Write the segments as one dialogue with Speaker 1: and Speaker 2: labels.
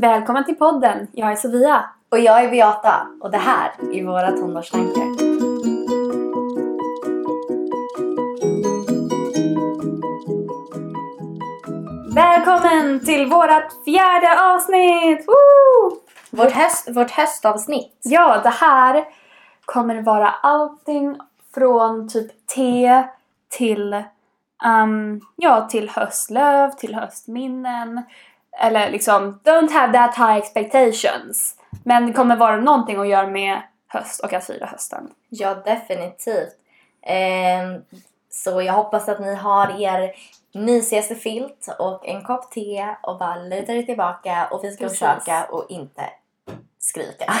Speaker 1: Välkommen till podden! Jag är Sofia.
Speaker 2: Och jag är Beata och det här är våra tonårstankar.
Speaker 1: Välkommen till vårt fjärde avsnitt! Woo!
Speaker 2: Vårt, höst, vårt höstavsnitt.
Speaker 1: Ja, det här kommer vara allting från typ te till, ehm, ja, till höstlöv, till höstminnen. Eller liksom, don't have that high expectations. Men det kommer vara någonting att göra med höst och att fira hösten.
Speaker 2: Ja, definitivt. Ehm, så jag hoppas att ni har er mysigaste filt och en kopp te och bara lutar er tillbaka och vi ska
Speaker 1: Precis.
Speaker 2: försöka och inte skrika.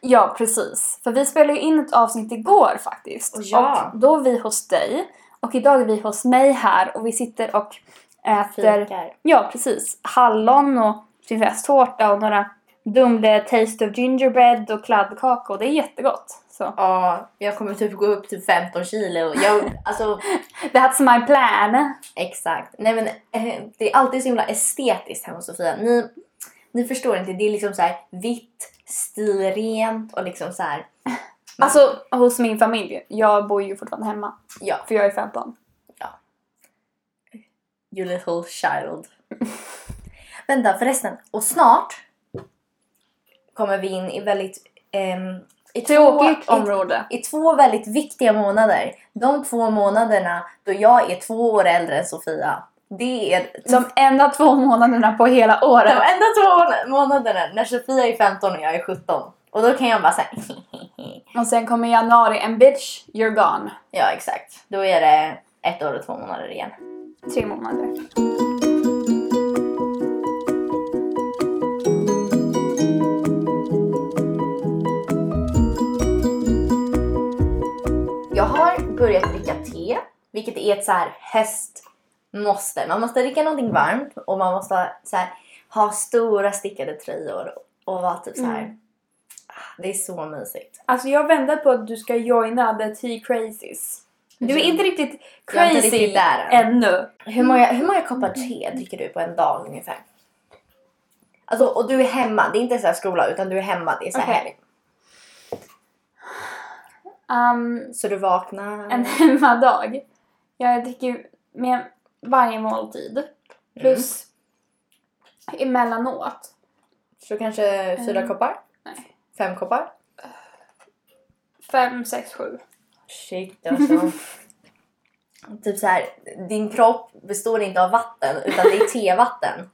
Speaker 1: Ja, precis. För vi spelade ju in ett avsnitt igår faktiskt.
Speaker 2: Och ja.
Speaker 1: och då var vi hos dig. Och idag är vi hos mig här och vi sitter och äter
Speaker 2: Fikar.
Speaker 1: ja, precis, hallon och prinsesstårta och några Dumle Taste of Gingerbread och kladdkaka och det är jättegott. Så.
Speaker 2: Ja, jag kommer typ gå upp till 15 kilo. Jag, alltså,
Speaker 1: That's my plan!
Speaker 2: Exakt. Nej men eh, det är alltid så himla estetiskt hemma hos Sofia. Ni, ni förstår inte, det är liksom så här vitt, stilrent och liksom så här.
Speaker 1: Alltså hos min familj. Jag bor ju fortfarande hemma
Speaker 2: Ja,
Speaker 1: för jag är 15.
Speaker 2: you little child. Vänta förresten, och snart kommer vi in i väldigt... ehm, i
Speaker 1: Tråkigt
Speaker 2: två,
Speaker 1: område.
Speaker 2: I, I två väldigt viktiga månader. De två månaderna då jag är två år äldre än Sofia. Det är
Speaker 1: De enda två månaderna på hela
Speaker 2: De
Speaker 1: året.
Speaker 2: enda två måna- månaderna när Sofia är 15 och jag är 17. Och då kan jag bara säga
Speaker 1: Och sen kommer januari, en bitch, you're gone.
Speaker 2: Ja exakt. Då är det ett år och två månader igen.
Speaker 1: Tre månader.
Speaker 2: Jag har börjat dricka te. Vilket är ett så här höstmåste. Man måste dricka någonting varmt och man måste ha så här, ha stora stickade tröjor. Och vara typ så här.
Speaker 1: Mm.
Speaker 2: "Ah, Det är så mysigt.
Speaker 1: Alltså jag väntar på att du ska joina the tea crazies. Du är inte riktigt
Speaker 2: Jag är inte
Speaker 1: crazy
Speaker 2: riktigt där än.
Speaker 1: ännu.
Speaker 2: Hur många, hur många koppar te dricker du på en dag ungefär? Alltså, och du är hemma. Det är inte så här skola utan du är hemma. Det är så här
Speaker 1: Okej.
Speaker 2: helg.
Speaker 1: Um,
Speaker 2: Så du vaknar.
Speaker 1: en hemmadag. Jag dricker ju med varje måltid. Plus Mm. emellanåt.
Speaker 2: Så kanske fyra
Speaker 1: Mm.
Speaker 2: koppar?
Speaker 1: Nej.
Speaker 2: Fem koppar?
Speaker 1: Fem, sex, sju.
Speaker 2: Shit alltså. typ så här, din kropp består inte av vatten utan det är tevatten.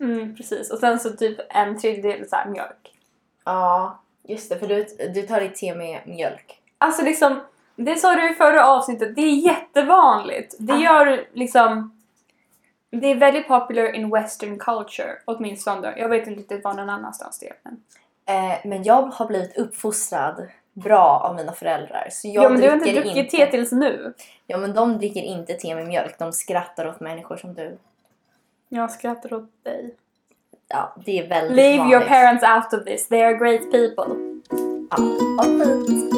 Speaker 1: Mm, precis. Och sen så typ en tredjedel så här mjölk.
Speaker 2: Ja, just det för du, du tar ditt te med mjölk.
Speaker 1: Alltså liksom, det sa du i förra avsnittet, det är jättevanligt. Det
Speaker 2: Ah.
Speaker 1: gör liksom... Det är väldigt popular in western culture, åtminstone. Jag vet inte riktigt var någon annanstans det är. Men...
Speaker 2: Eh, men jag har blivit uppfostrad bra av mina föräldrar. Så jag
Speaker 1: ja men du har inte
Speaker 2: dricker
Speaker 1: druckit te tills nu.
Speaker 2: Ja men de dricker inte te med mjölk. De skrattar åt människor som du.
Speaker 1: Jag skrattar åt dig.
Speaker 2: Ja, det är väldigt
Speaker 1: Leave
Speaker 2: vanligt.
Speaker 1: your parents out of this, they are great people.
Speaker 2: Ja, vad fint.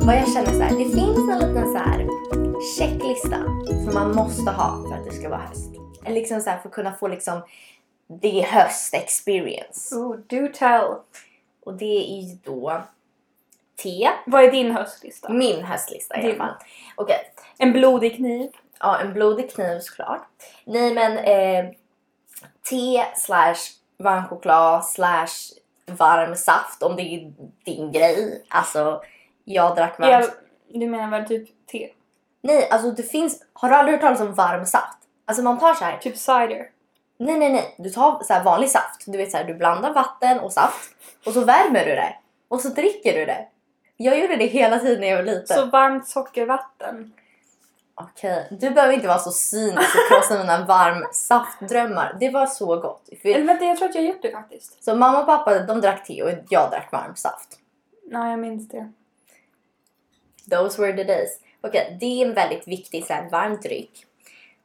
Speaker 2: Vad jag känner så här, det finns en liten så här checklista som man måste ha för att det ska vara höst. Eller liksom så här för att kunna få liksom det höst experience.
Speaker 1: Oh, do tell.
Speaker 2: Och det är ju då te,
Speaker 1: Vad är din höstlista?
Speaker 2: min höstlista i alla
Speaker 1: Din.
Speaker 2: fall. Okej,
Speaker 1: En blodig kniv.
Speaker 2: Ja, en blodig kniv såklart. Nej men eh, te slash varm choklad slash varm saft om det är din grej. Alltså jag drack varm
Speaker 1: Jag, du menar väl typ te?
Speaker 2: Nej alltså det finns, har du aldrig hört talas om varm saft? Alltså man tar så här.
Speaker 1: Typ cider?
Speaker 2: nej nej nej, du tar så här vanlig saft. Du vet så här, du blandar vatten och saft och så värmer du det och så dricker du det. Jag gjorde det hela tiden när jag var liten.
Speaker 1: Så varmt sockervatten?
Speaker 2: Okej, du behöver inte vara så cynisk och krossa mina varm saftdrömmar. Det var så gott. För-
Speaker 1: Eller vänta, jag tror att jag har gjort det faktiskt.
Speaker 2: Så mamma och pappa de drack te och jag drack varm saft.
Speaker 1: Ja, jag minns det.
Speaker 2: Those were the days. Okej, det är en väldigt viktig så här, varm dryck.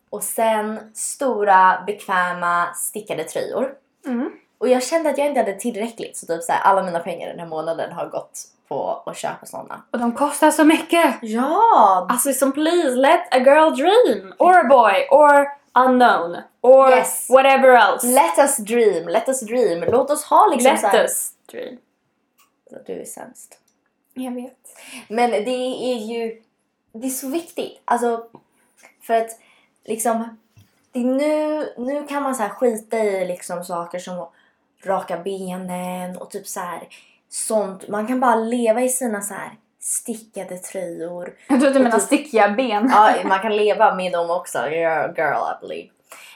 Speaker 2: Och sen stora, bekväma, stickade tröjor.
Speaker 1: Mm.
Speaker 2: Och jag kände att jag inte hade tillräckligt så typ så här, alla mina pengar den här månaden har gått på att köpa sådana.
Speaker 1: Och de kostar så mycket!
Speaker 2: Ja!
Speaker 1: Alltså som please let a girl dream! Or a boy, or unknown, or
Speaker 2: Yes.
Speaker 1: whatever else.
Speaker 2: Let us dream, let us dream. Låt oss ha liksom
Speaker 1: Let
Speaker 2: så här-
Speaker 1: us dream.
Speaker 2: Du är sämst.
Speaker 1: Jag vet.
Speaker 2: Men det är ju det är så viktigt. Alltså, för att liksom... Det är nu, nu kan man så här skita i liksom saker som att raka benen och typ så här sånt. Man kan bara leva i sina så här stickade tröjor.
Speaker 1: Jag trodde du menade stickiga ben.
Speaker 2: Ja, man kan leva med dem också. You're a girl, I believe.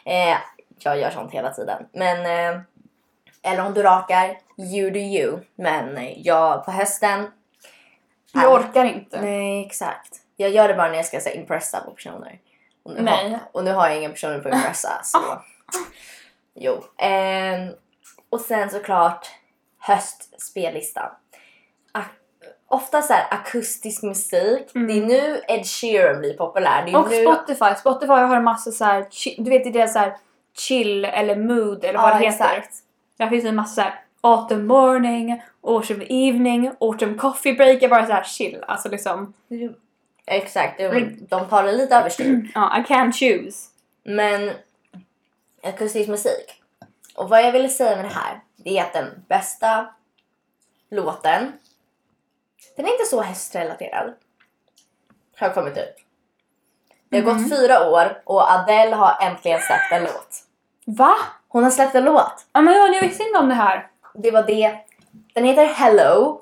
Speaker 2: Eh, jag gör sånt hela tiden. Men, eh, eller om du rakar, you do you. Men eh, jag på hösten
Speaker 1: Jag orkar inte.
Speaker 2: Nej, exakt. Jag gör det bara när jag ska så, här, impressa på personer. Och nu,
Speaker 1: Nej. Ah.
Speaker 2: Har, och nu har jag ingen personer på att impressa. så. Jo. Ehm, och sen såklart höstspellistan. Ak- ofta så här akustisk musik.
Speaker 1: Mm.
Speaker 2: Det är nu Ed Sheeran blir populär. Det är
Speaker 1: Och
Speaker 2: nu...
Speaker 1: Spotify. Spotify har en massa så här, chi- du vet i deras så här chill eller mood eller vad
Speaker 2: Ja,
Speaker 1: det heter.
Speaker 2: exakt.
Speaker 1: Där finns det en massa så här autumn morning, autumn evening, autumn coffee break. Jag bara så här chill. Alltså liksom,
Speaker 2: Exakt. De, de tar det lite överstyr.
Speaker 1: ja, I can't choose.
Speaker 2: Men akustisk musik. Och vad jag ville säga med det här, det är att den bästa låten, den är inte så hästrelaterad, har kommit ut. Det har gått fyra år och Adele har äntligen släppt en låt.
Speaker 1: Va?
Speaker 2: Hon har släppt en låt.
Speaker 1: Ja men jag visste inte om det här.
Speaker 2: Det var det. Den heter Hello.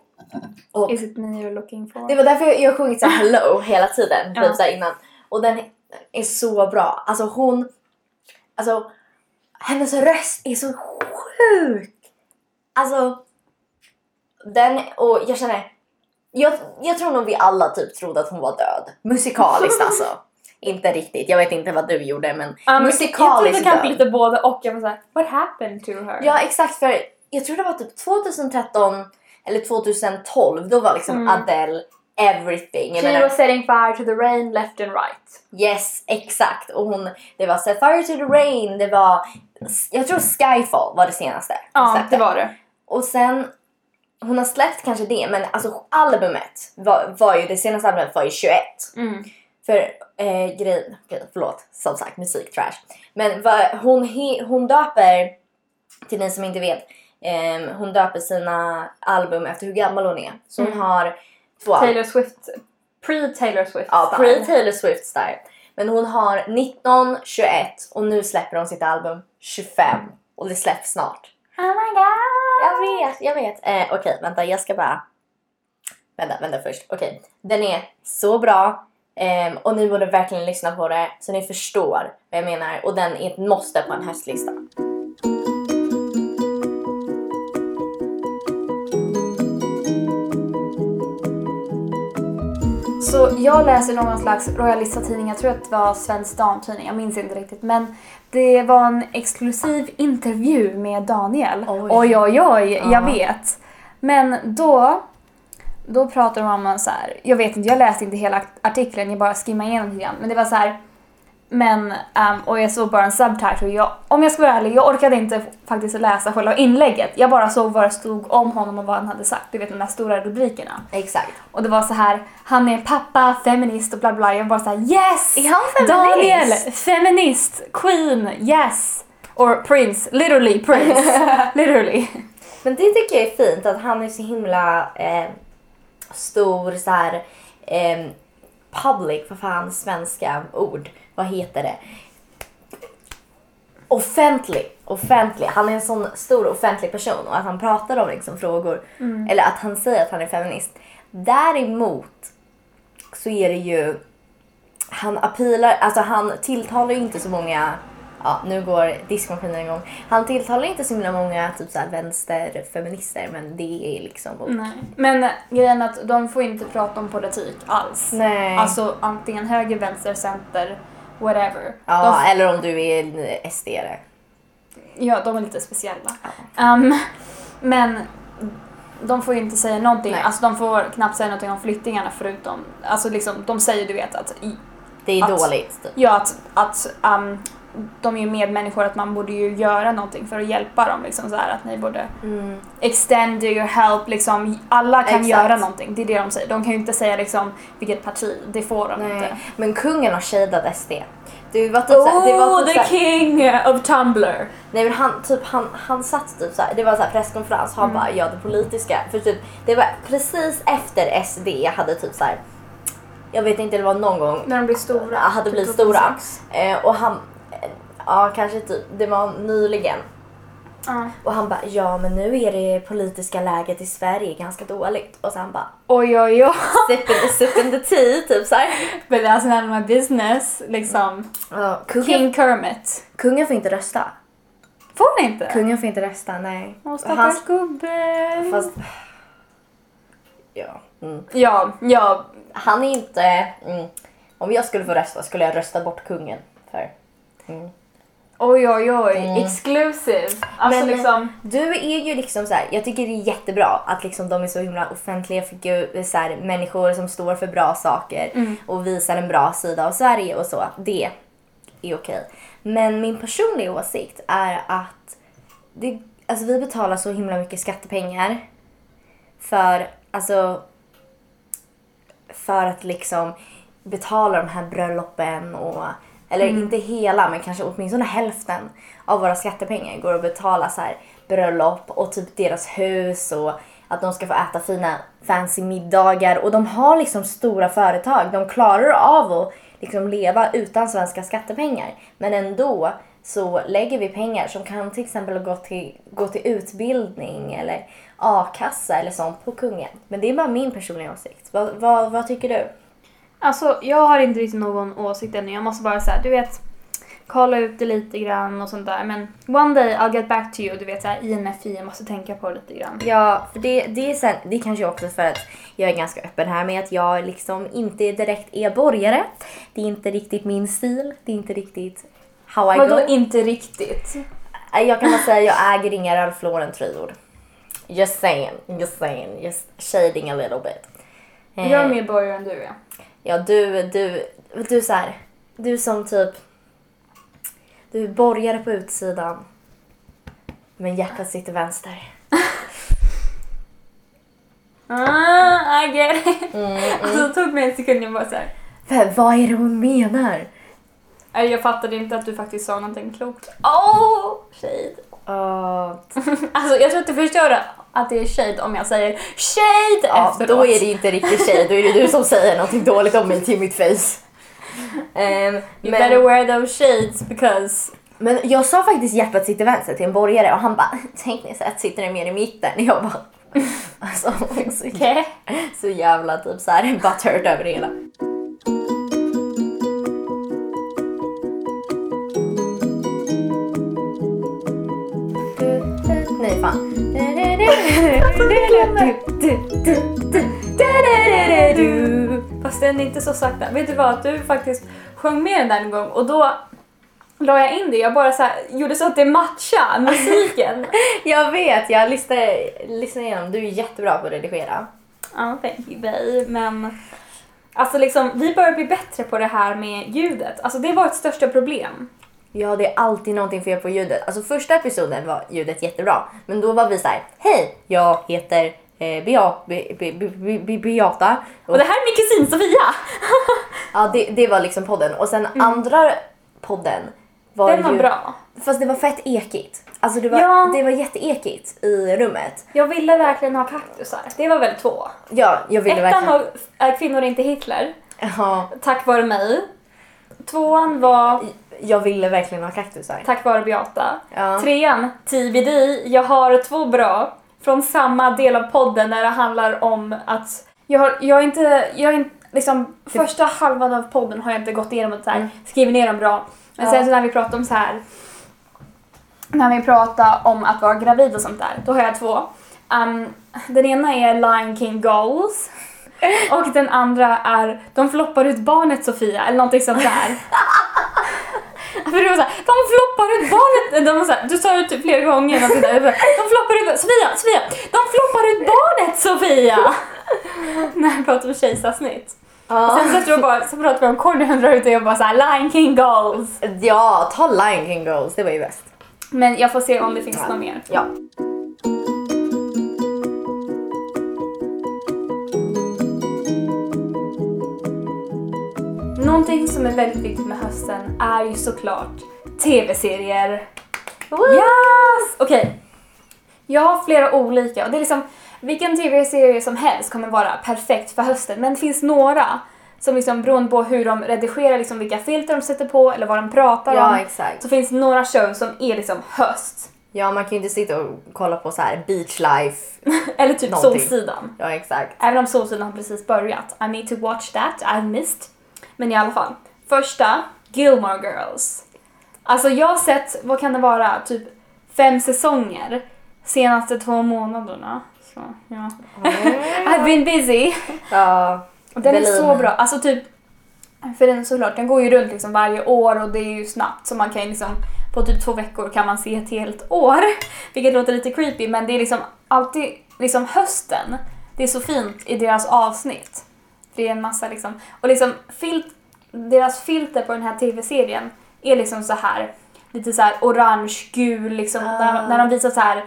Speaker 2: Och
Speaker 1: Is it me you're looking for?
Speaker 2: det var därför jag har sjungit så här hello hela tiden.
Speaker 1: Ja.
Speaker 2: Typ så här innan. Och den är så bra. Alltså hon... Alltså hennes röst är så sjuk! Alltså... Den och jag känner... Jag, jag tror nog vi alla typ trodde att hon var död. Musikaliskt alltså. Inte riktigt, jag vet inte vad du gjorde men
Speaker 1: Ja, men Jag
Speaker 2: musikaliskt
Speaker 1: trodde kanske
Speaker 2: död.
Speaker 1: lite både och. Jag var såhär, what happened to her?
Speaker 2: Ja exakt för jag tror det var typ 2013 eller 2012 då var liksom
Speaker 1: Mm.
Speaker 2: Adele everything. Jag
Speaker 1: She
Speaker 2: menar-
Speaker 1: was setting fire to the rain left and right.
Speaker 2: Yes, exakt. Och hon, det var Sapphire to the Rain, det var... Jag tror Skyfall var det senaste. hon
Speaker 1: Ja,
Speaker 2: släppte.
Speaker 1: det var det.
Speaker 2: Och sen... Hon har släppt kanske det, men alltså albumet var, var ju... Det senaste albumet var ju 21.
Speaker 1: Mm.
Speaker 2: För eh, grejen... Grej, förlåt, som sagt, musiktrash. Men vad, hon, he, hon döper... Till ni som inte vet. ehm, hon döper sina album efter hur gammal hon är. Så hon
Speaker 1: Mm.
Speaker 2: har två album.
Speaker 1: Taylor Swift. Pre-Taylor Swift.
Speaker 2: Ja,
Speaker 1: style.
Speaker 2: pre-Taylor Swift style. Men hon har 19, 21 och nu släpper hon sitt album 25 och det släpps snart.
Speaker 1: Oh my god!
Speaker 2: Jag vet, jag vet. Eh, Okej, vänta, jag ska bara... Vänta, vänta först. Okej, den är så bra ehm, och ni borde verkligen lyssna på det så ni förstår vad jag menar och den är ett måste på en höstlista.
Speaker 1: Så jag läser någon slags royalista tidning, jag tror att det var Svensk Damtidning, jag minns inte riktigt. Men det var en exklusiv intervju med Daniel.
Speaker 2: Oj.
Speaker 1: oj, oj, oj
Speaker 2: Ja.
Speaker 1: jag vet. Men då, då pratade de om en så här, jag vet inte, jag läste inte hela artikeln, jag bara skimmade igenom lite grann. Men det var så här, men, ehm, och jag såg bara en subtitle. Jag, om jag ska vara ärlig, jag orkade inte faktiskt läsa själva inlägget. Jag bara såg vad det stod om honom och vad han hade sagt. Du vet de där stora rubrikerna.
Speaker 2: Exakt.
Speaker 1: Och det var så här, han är pappa, feminist och bla bla. Jag var så här, yes!
Speaker 2: Är han feminist?
Speaker 1: Daniel, feminist, queen, yes! Or prince, literally prince. literally.
Speaker 2: Men det tycker jag är fint att han är så himla eh, stor så här eh, public, vad fan svenska ord, vad heter det? Offentlig, offentlig. Han är en sån stor offentlig person och att han pratar om liksom frågor
Speaker 1: Mm.
Speaker 2: eller att han säger att han är feminist. Däremot så är det ju han appealar, alltså han tilltalar ju inte så många, ja nu går diskmaskinen igång. Han tilltalar inte så himla många typ såhär vänsterfeminister men det är liksom...
Speaker 1: Nej. Men grejen är att de får inte prata om politik alls.
Speaker 2: Nej.
Speaker 1: Alltså antingen höger, vänster, center, whatever.
Speaker 2: ja,
Speaker 1: de,
Speaker 2: eller om du är en SD-are.
Speaker 1: ja, de är lite speciella. Ehm, men de får ju inte säga någonting.
Speaker 2: Nej.
Speaker 1: Alltså de får knappt säga någonting om flyktingarna förutom, alltså liksom, de säger du vet att i-
Speaker 2: Det är
Speaker 1: Att-
Speaker 2: dåligt. typ.
Speaker 1: Ja, att, att um, de är ju medmänniskor att man borde ju göra någonting för att hjälpa dem. Liksom, så här, att ni borde
Speaker 2: Mm.
Speaker 1: extend your help. Liksom. Alla kan
Speaker 2: Exakt.
Speaker 1: göra någonting. Det är det de säger. De kan ju inte säga liksom, vilket parti. Det får de inte.
Speaker 2: Nej. Men kungen och shadade SD. Det var typ såhär, det var
Speaker 1: Oh,
Speaker 2: typ
Speaker 1: the
Speaker 2: såhär-
Speaker 1: king of Tumblr!
Speaker 2: Nej men han, typ, han, han satt typ såhär, det var såhär presskonferens, han bara ja det politiska. För typ, det var precis efter SD hade typ såhär, jag vet inte det var någon gång
Speaker 1: När de blir stora.
Speaker 2: hade
Speaker 1: Typ
Speaker 2: blivit stora.
Speaker 1: 2006.
Speaker 2: Eh, och han, eh, ja kanske typ, det var nyligen.
Speaker 1: Ja.
Speaker 2: Och han bara ja men nu är det politiska läget i Sverige ganska dåligt. Och sen bara
Speaker 1: Oj, oj, oj.
Speaker 2: sipping the, sipping the tea typ såhär.
Speaker 1: But that's none of my alltså business. Liksom.
Speaker 2: Ja, kungen,
Speaker 1: King Kermit.
Speaker 2: kungen får inte rösta.
Speaker 1: Får ni inte?
Speaker 2: Kungen får inte rösta, nej.
Speaker 1: Åh,
Speaker 2: Hans-
Speaker 1: stackars gubben.
Speaker 2: Fast... Ja. Mm.
Speaker 1: Ja, ja.
Speaker 2: Han är inte... Mm. Om jag skulle få rösta skulle jag rösta bort kungen. För. mm.
Speaker 1: Oj, oj, oj. Exclusive. Alltså
Speaker 2: Men,
Speaker 1: liksom.
Speaker 2: Du är ju liksom så här, jag tycker det är jättebra att liksom de är så himla offentliga figur, så här, människor som står för bra saker och visar en bra sida av Sverige och så. Det är okej. Men min personliga åsikt är att det, alltså vi betalar så himla mycket skattepengar för, alltså, för att liksom betala de här bröllopen och eller inte hela men kanske åtminstone hälften av våra skattepengar går att betala så här bröllop och typ deras hus och att de ska få äta fina fancy middagar och de har liksom stora företag. De klarar av att liksom leva utan svenska skattepengar men ändå så lägger vi pengar som kan till exempel gå till, gå till utbildning eller a-kassa eller sånt på kungen. Men det är bara min personliga åsikt. Vad, vad, vad tycker du?
Speaker 1: Alltså jag har inte riktigt någon åsikt ännu. Jag måste bara säga, du vet. Kolla ut det lite grann och sånt där. Men one day I'll get back to you. Du vet såhär IMFI, jag måste tänka på det lite grann.
Speaker 2: Ja, för det, det är sen, det är kanske också för att jag är ganska öppen här med att jag liksom inte direkt är borgare. Det är inte riktigt min stil. Det är inte riktigt how I
Speaker 1: Vadå
Speaker 2: go.
Speaker 1: inte riktigt?
Speaker 2: Äh, Jag kan bara säga jag äger inga Ralph Lauren tröjor. Just saying, just saying, just shading a little bit. Eh,
Speaker 1: Jag är mer borgare än du är.
Speaker 2: Ja, du, du, du så här, du som typ, du är borgare på utsidan, men hjärtat sitter vänster.
Speaker 1: Ah, I get it. Alltså det tog mig en sekund, jag bara såhär.
Speaker 2: För vad är det hon menar?
Speaker 1: Nej, jag fattade inte att du faktiskt sa någonting klokt. Oh, shade.
Speaker 2: Ja,
Speaker 1: Alltså jag tror att du förstår att det är shade om jag säger shade
Speaker 2: ja,
Speaker 1: efteråt.
Speaker 2: då är det inte riktigt tjej, då är det du som säger någonting dåligt om mig till mitt face. Ehm,
Speaker 1: You better
Speaker 2: men,
Speaker 1: wear those shades because...
Speaker 2: men jag sa faktiskt hjärtat sitter vänster till en borgare och han bara tekniskt sett sitter det mer i mitten. Jag bara alltså så,
Speaker 1: Okay.
Speaker 2: så jävla typ så här butthurt över det hela. Nej fan.
Speaker 1: Fast den är inte så sakta. Vet du vad? Du faktiskt sjöng med den där en gång och då la jag in det. Jag bara så här, gjorde så att det matchade musiken.
Speaker 2: Jag vet, jag lyssnade, lyssnade igenom. Du är jättebra på att redigera.
Speaker 1: Ja, thank you babe. Men alltså liksom, vi börjar bli bättre på det här med ljudet. Alltså det var ett största problem.
Speaker 2: Ja, det är alltid någonting fel på ljudet. Alltså första episoden var ljudet jättebra, men då var vi så här: hej, jag heter eh, Bea, Be, Be, Be, Be, Be, Beata. Och,
Speaker 1: Och det här är min kusin Sofia!
Speaker 2: ja, det, det var liksom podden. Och sen andra podden var
Speaker 1: Mm. Den var
Speaker 2: ju,
Speaker 1: bra.
Speaker 2: Fast det var fett ekigt. Alltså det var,
Speaker 1: Ja.
Speaker 2: det var jätteekigt i rummet.
Speaker 1: Jag ville verkligen ha kaktusar. Det var väl två.
Speaker 2: Ja, jag ville
Speaker 1: Ettan
Speaker 2: verkligen...
Speaker 1: var Är kvinnor inte Hitler?
Speaker 2: Ja,
Speaker 1: Tack vare mig. Tvåan var
Speaker 2: jag ville verkligen ha kaktusar.
Speaker 1: Tack vare Beata.
Speaker 2: Ja.
Speaker 1: Trean, TBD, jag har två bra från samma del av podden när det handlar om att jag har, jag är inte, jag är inte, liksom första halvan av podden har jag inte gått igenom och så här, skrivit ner dem bra. Men
Speaker 2: Mm. Ja.
Speaker 1: sen så när vi pratar om så här när vi pratar om att vara gravid och sånt där, då har jag två. Ehm, den ena är Lion King Goals och den andra är De floppar ut barnet Sofia, eller någonting sånt där. För det var såhär, de floppar ut barnet! De var såhär, du sa ju typ flera gånger någonting där. De floppar ut Sofia, Sofia! De floppar ut barnet Sofia! När jag pratar om kejsarsnitt. Och
Speaker 2: Ja.
Speaker 1: sen så, tror jag bara, så pratar vi om Conny hundra ut och jag bara såhär Lion King goals.
Speaker 2: ja, ta Lion King Goals, det var ju bäst.
Speaker 1: Men jag får se om det finns något mer.
Speaker 2: Ja.
Speaker 1: Någonting som är väldigt viktigt med hösten är ju såklart TV-serier.
Speaker 2: Ja.
Speaker 1: Yes! Okej. Jag har flera olika och det är liksom vilken tv-serie som helst kommer vara perfekt för hösten men det finns några som liksom beroende på hur de redigerar, liksom vilka filter de sätter på eller vad de pratar
Speaker 2: ja,
Speaker 1: om.
Speaker 2: exakt.
Speaker 1: Så finns det några shows som är liksom höst.
Speaker 2: Ja, man kan ju inte sitta och kolla på så här beach life.
Speaker 1: Eller typ
Speaker 2: Någonting.
Speaker 1: Solsidan.
Speaker 2: Ja, exakt.
Speaker 1: Även om Solsidan har precis börjat. I need to watch that, I missed. Men i alla fall. Första, Gilmore Girls. Alltså jag har sett, vad kan det vara, typ fem säsonger senaste två månaderna. Så, ja.
Speaker 2: Mm.
Speaker 1: I've been busy.
Speaker 2: Ja.
Speaker 1: Och den är
Speaker 2: Berlin.
Speaker 1: så bra. Alltså typ, för den såklart, den går ju runt liksom varje år och det är ju snabbt så man kan ju liksom på typ två veckor kan man se ett helt år. Vilket låter lite creepy men det är liksom alltid liksom hösten. Det är så fint i deras avsnitt. För det är en massa liksom, och liksom filt, deras filter på den här tv-serien är liksom så här lite så här orange, gul liksom och när, när de visar så här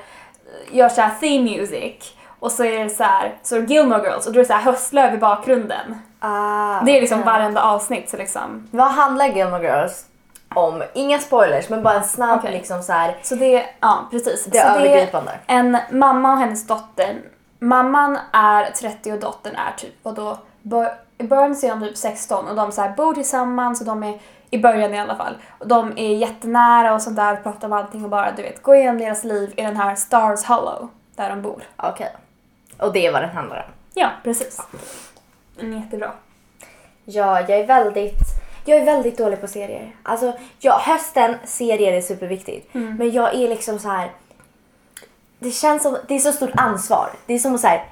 Speaker 1: gör så här theme music och så är det så här, så är det Gilmore Girls och då är det så här höstlöv i bakgrunden.
Speaker 2: Ah,
Speaker 1: Det är liksom
Speaker 2: okej.
Speaker 1: varenda avsnitt så liksom.
Speaker 2: Vad handlar Gilmore Girls om? Inga spoilers, men bara en snabb
Speaker 1: Okej.
Speaker 2: liksom så här.
Speaker 1: Så det, ja precis.
Speaker 2: Det
Speaker 1: så
Speaker 2: är
Speaker 1: det är
Speaker 2: övergripande.
Speaker 1: en mamma och hennes dotter. Mamman är 30 och dottern är typ, och då i början så är de typ 16 och de så här bor tillsammans och de är, i början i alla fall, och de är jättenära och sånt där, pratar om allting och bara du vet, gå igenom deras liv i den här Stars Hollow, där de bor.
Speaker 2: Okej. Och det är vad den handlar om.
Speaker 1: Ja, precis. Mm, jättebra.
Speaker 2: Ja, jag är väldigt... Jag är väldigt dålig på serier. Alltså, ja, hösten, serier är superviktigt. Men jag är liksom så här... Det känns som... Det är så stort ansvar. Det är som så här...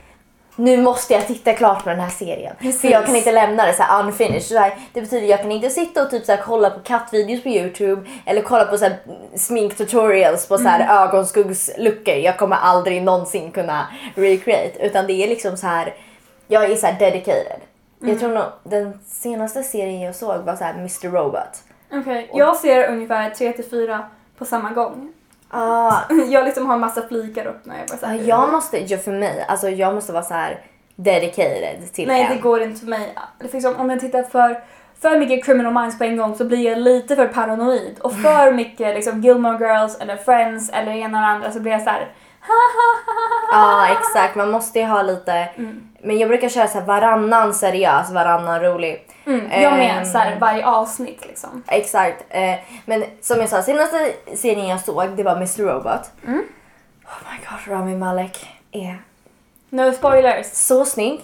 Speaker 2: Nu måste jag titta klart på den här serien. För
Speaker 1: Precis.
Speaker 2: jag kan inte lämna det så här unfinished. Så här, det betyder jag kan inte sitta och typ så här kolla på kattvideos på Youtube eller kolla på så här sminktutorials på så här
Speaker 1: Mm.
Speaker 2: ögonskuggsluckor. Jag kommer aldrig någonsin kunna recreate. Utan det är liksom så här jag är så här dedicated.
Speaker 1: Mm.
Speaker 2: Jag tror nog den senaste serien jag såg var så här Mr Robot.
Speaker 1: Okej, jag ser ungefär tre till fyra på samma gång.
Speaker 2: Ah,
Speaker 1: Jag liksom har en massa flikar upp när jag bara
Speaker 2: ja,
Speaker 1: såhär...
Speaker 2: jag måste, ja, för mig, alltså jag måste vara så här dedicated till
Speaker 1: Nej,
Speaker 2: en.
Speaker 1: det går inte för mig. Liksom, om jag tittar för, för mycket Criminal Minds på en gång så blir jag lite för paranoid. Och för
Speaker 2: Mm.
Speaker 1: mycket liksom, Gilmore Girls eller Friends eller det ena och det andra så blir jag såhär...
Speaker 2: Ja, exakt. Man måste ju ha lite,
Speaker 1: Mm.
Speaker 2: men jag brukar köra så här varannan seriös, varannan rolig.
Speaker 1: Mm, jag
Speaker 2: Ehm,
Speaker 1: med, såhär varje avsnitt liksom.
Speaker 2: Exakt. Eh, men som jag sa, senaste serien jag såg det var Mr Robot. Oh my god, Rami Malek är
Speaker 1: No spoilers.
Speaker 2: så snygg.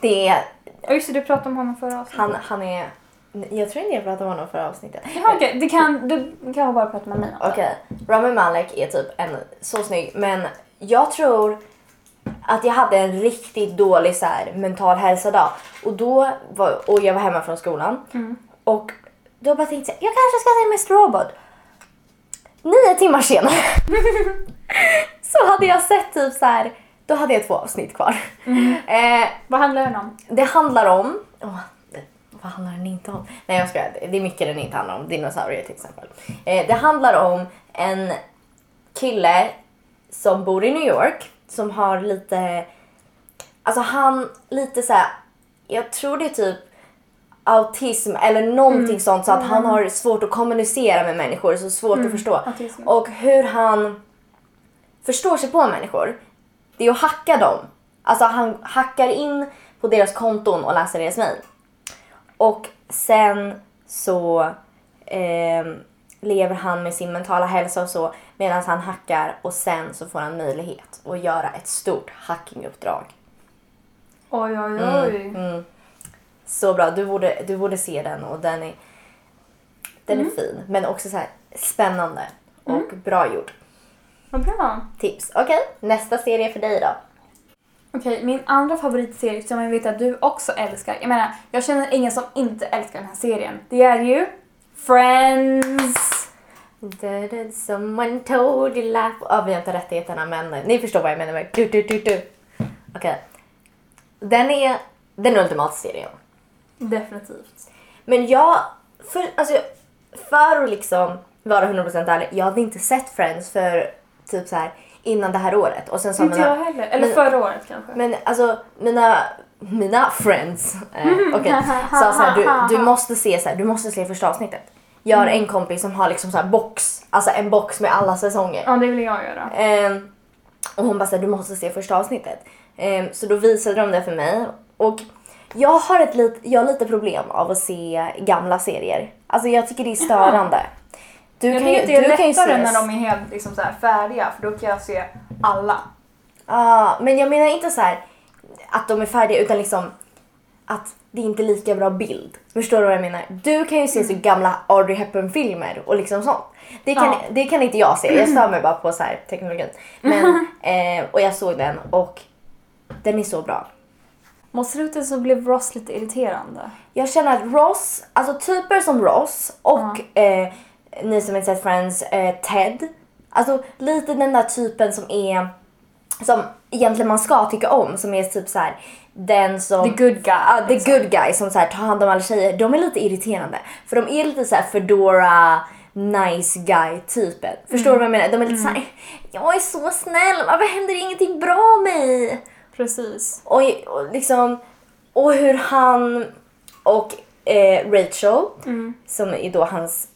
Speaker 2: Det är
Speaker 1: Ja, Just det, du pratade om honom förra avsnittet.
Speaker 2: Han, han är... Jag tror inte jag pratade om honom förra avsnittet.
Speaker 1: Ja, Okej, du kan, du kan bara prata med mig om det.
Speaker 2: Okej, Rami Malek är typ en så snygg men jag tror att jag hade en riktigt dålig så här, mental hälsa-dag och, då var, och jag var hemma från skolan och då bara tänkte jag jag kanske ska se Mr Robot. Nio timmar senare så hade jag sett typ så här. då hade jag två avsnitt kvar. Eh,
Speaker 1: Vad handlar den om?
Speaker 2: det handlar om... Åh, det, vad handlar den inte om? Nej jag skojar, det är mycket den inte handlar om. Dinosaurier till exempel. Eh, det handlar om en kille som bor i New York som har lite... Alltså han lite så här, Jag tror det är typ autism eller någonting sånt så att han har svårt att kommunicera med människor, så svårt att förstå.
Speaker 1: autism.
Speaker 2: Och hur han förstår sig på människor, det är att hacka dem. Alltså han hackar in på deras konton och läser deras mejl. Och sen så ehm, lever han med sin mentala hälsa och så medan han hackar och sen så får han möjlighet att göra ett stort hackinguppdrag.
Speaker 1: Oj, oj, oj.
Speaker 2: Mm. Så bra, du borde, du borde se den och den är, den är fin men också så här spännande och bra gjord.
Speaker 1: Vad bra.
Speaker 2: Tips. Okej, nästa serie för dig då.
Speaker 1: Okej, min andra favoritserie som jag vet att du också älskar. Jag menar, jag känner ingen som inte älskar den här serien. Det är ju Friends.
Speaker 2: Da, da, Someone told you laugh. Ja, vi har inte rättigheterna men ni förstår vad jag menar med du, du, du, du. Okej. Den är den ultimata serien.
Speaker 1: Definitivt.
Speaker 2: Men jag, för, alltså, för att liksom vara 100% ärlig, jag hade inte sett Friends för typ så här innan det här året. Och sen sa
Speaker 1: Inte jag
Speaker 2: mina,
Speaker 1: heller. Eller
Speaker 2: men-
Speaker 1: förra året kanske.
Speaker 2: men alltså mina, mina friends eh,
Speaker 1: Mm.
Speaker 2: okej, sa så här, du, du måste se så här, du måste se första avsnittet. Jag
Speaker 1: Mm.
Speaker 2: har en kompis som har liksom så här box, alltså en box med alla säsonger.
Speaker 1: ja, det vill jag göra.
Speaker 2: Ehm, och hon bara såhär, du måste se första avsnittet. Ehm, så då visade de det för mig. Och jag har, ett lit, jag har lite problem av att se gamla serier. Alltså jag tycker det är störande. Du
Speaker 1: Jag
Speaker 2: kan ju,
Speaker 1: tycker att det är
Speaker 2: du kan ju
Speaker 1: lättare
Speaker 2: se-
Speaker 1: när de är helt liksom, så här, färdiga för då kan jag se alla.
Speaker 2: Ja, men jag menar inte så här att de är färdiga utan liksom att det är inte är lika bra bild. Förstår du vad jag menar? Du kan ju se så gamla Audrey Hepburn-filmer och liksom sånt. Det kan,
Speaker 1: Ja.
Speaker 2: det kan inte jag se. Jag stör mig bara på så här teknologin. Men, eh, och jag såg den och den är så bra.
Speaker 1: Mot slutet så blev Ross lite irriterande.
Speaker 2: Jag känner att Ross, alltså typer som Ross och eh, ni som inte sett Friends, eh, Ted. Alltså lite den där typen som är, som egentligen man ska tycka om. Som är typ så här den som...
Speaker 1: The good guy.
Speaker 2: Ja, the good guy som så här, tar hand om alla tjejer. De är lite irriterande. För de är lite så här Fedora nice guy typen. Förstår
Speaker 1: Mm.
Speaker 2: du vad jag menar? De är lite så här. jag är så snäll, varför händer ingenting bra mig?
Speaker 1: Precis.
Speaker 2: Och, och, liksom, och hur han och eh, Rachel,
Speaker 1: Mm.
Speaker 2: som är då hans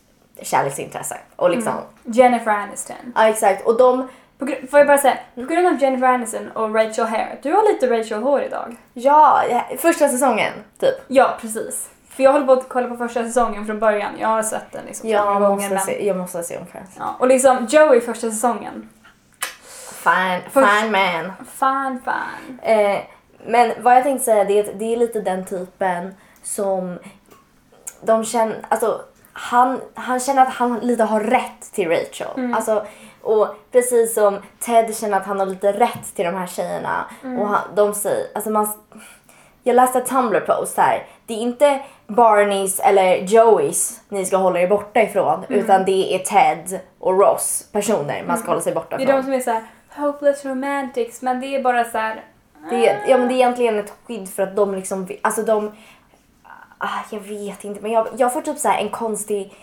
Speaker 2: kärleksintresse. Och liksom,
Speaker 1: Jennifer Aniston.
Speaker 2: ja exakt. Och de,
Speaker 1: På, gr- får jag bara säga, på grund av Jennifer Aniston och Rachel Hare, du har lite Rachel Hare idag.
Speaker 2: ja, första säsongen typ.
Speaker 1: Ja, precis. För jag håller på att kolla på första säsongen från början. Jag har sett den liksom
Speaker 2: Jag
Speaker 1: många
Speaker 2: måste,
Speaker 1: gånger. men-
Speaker 2: se, jag måste se om Friends.
Speaker 1: Ja, och liksom Joey första säsongen.
Speaker 2: Fine,
Speaker 1: Först-
Speaker 2: fine man.
Speaker 1: Fan, fan.
Speaker 2: Eh, men vad jag tänkte säga det är att det är lite den typen som de känner, alltså han, han känner att han lite har rätt till Rachel.
Speaker 1: Mm.
Speaker 2: Alltså, och precis som Ted känner att han har lite rätt till de här tjejerna.
Speaker 1: Mm.
Speaker 2: Och han, de säger, alltså man, jag läste ett Tumblr post här. Det är inte Barneys eller Joeys ni ska hålla er borta ifrån.
Speaker 1: Mm.
Speaker 2: Utan det är Ted och Ross personer man ska hålla sig borta
Speaker 1: Det är
Speaker 2: ifrån.
Speaker 1: de som är så här hopeless romantics, men det är bara så här.
Speaker 2: Det är, ja, men det är egentligen ett skydd för att de liksom... vi- Alltså de... Ah, jag vet inte, men jag, jag får typ så här en konstig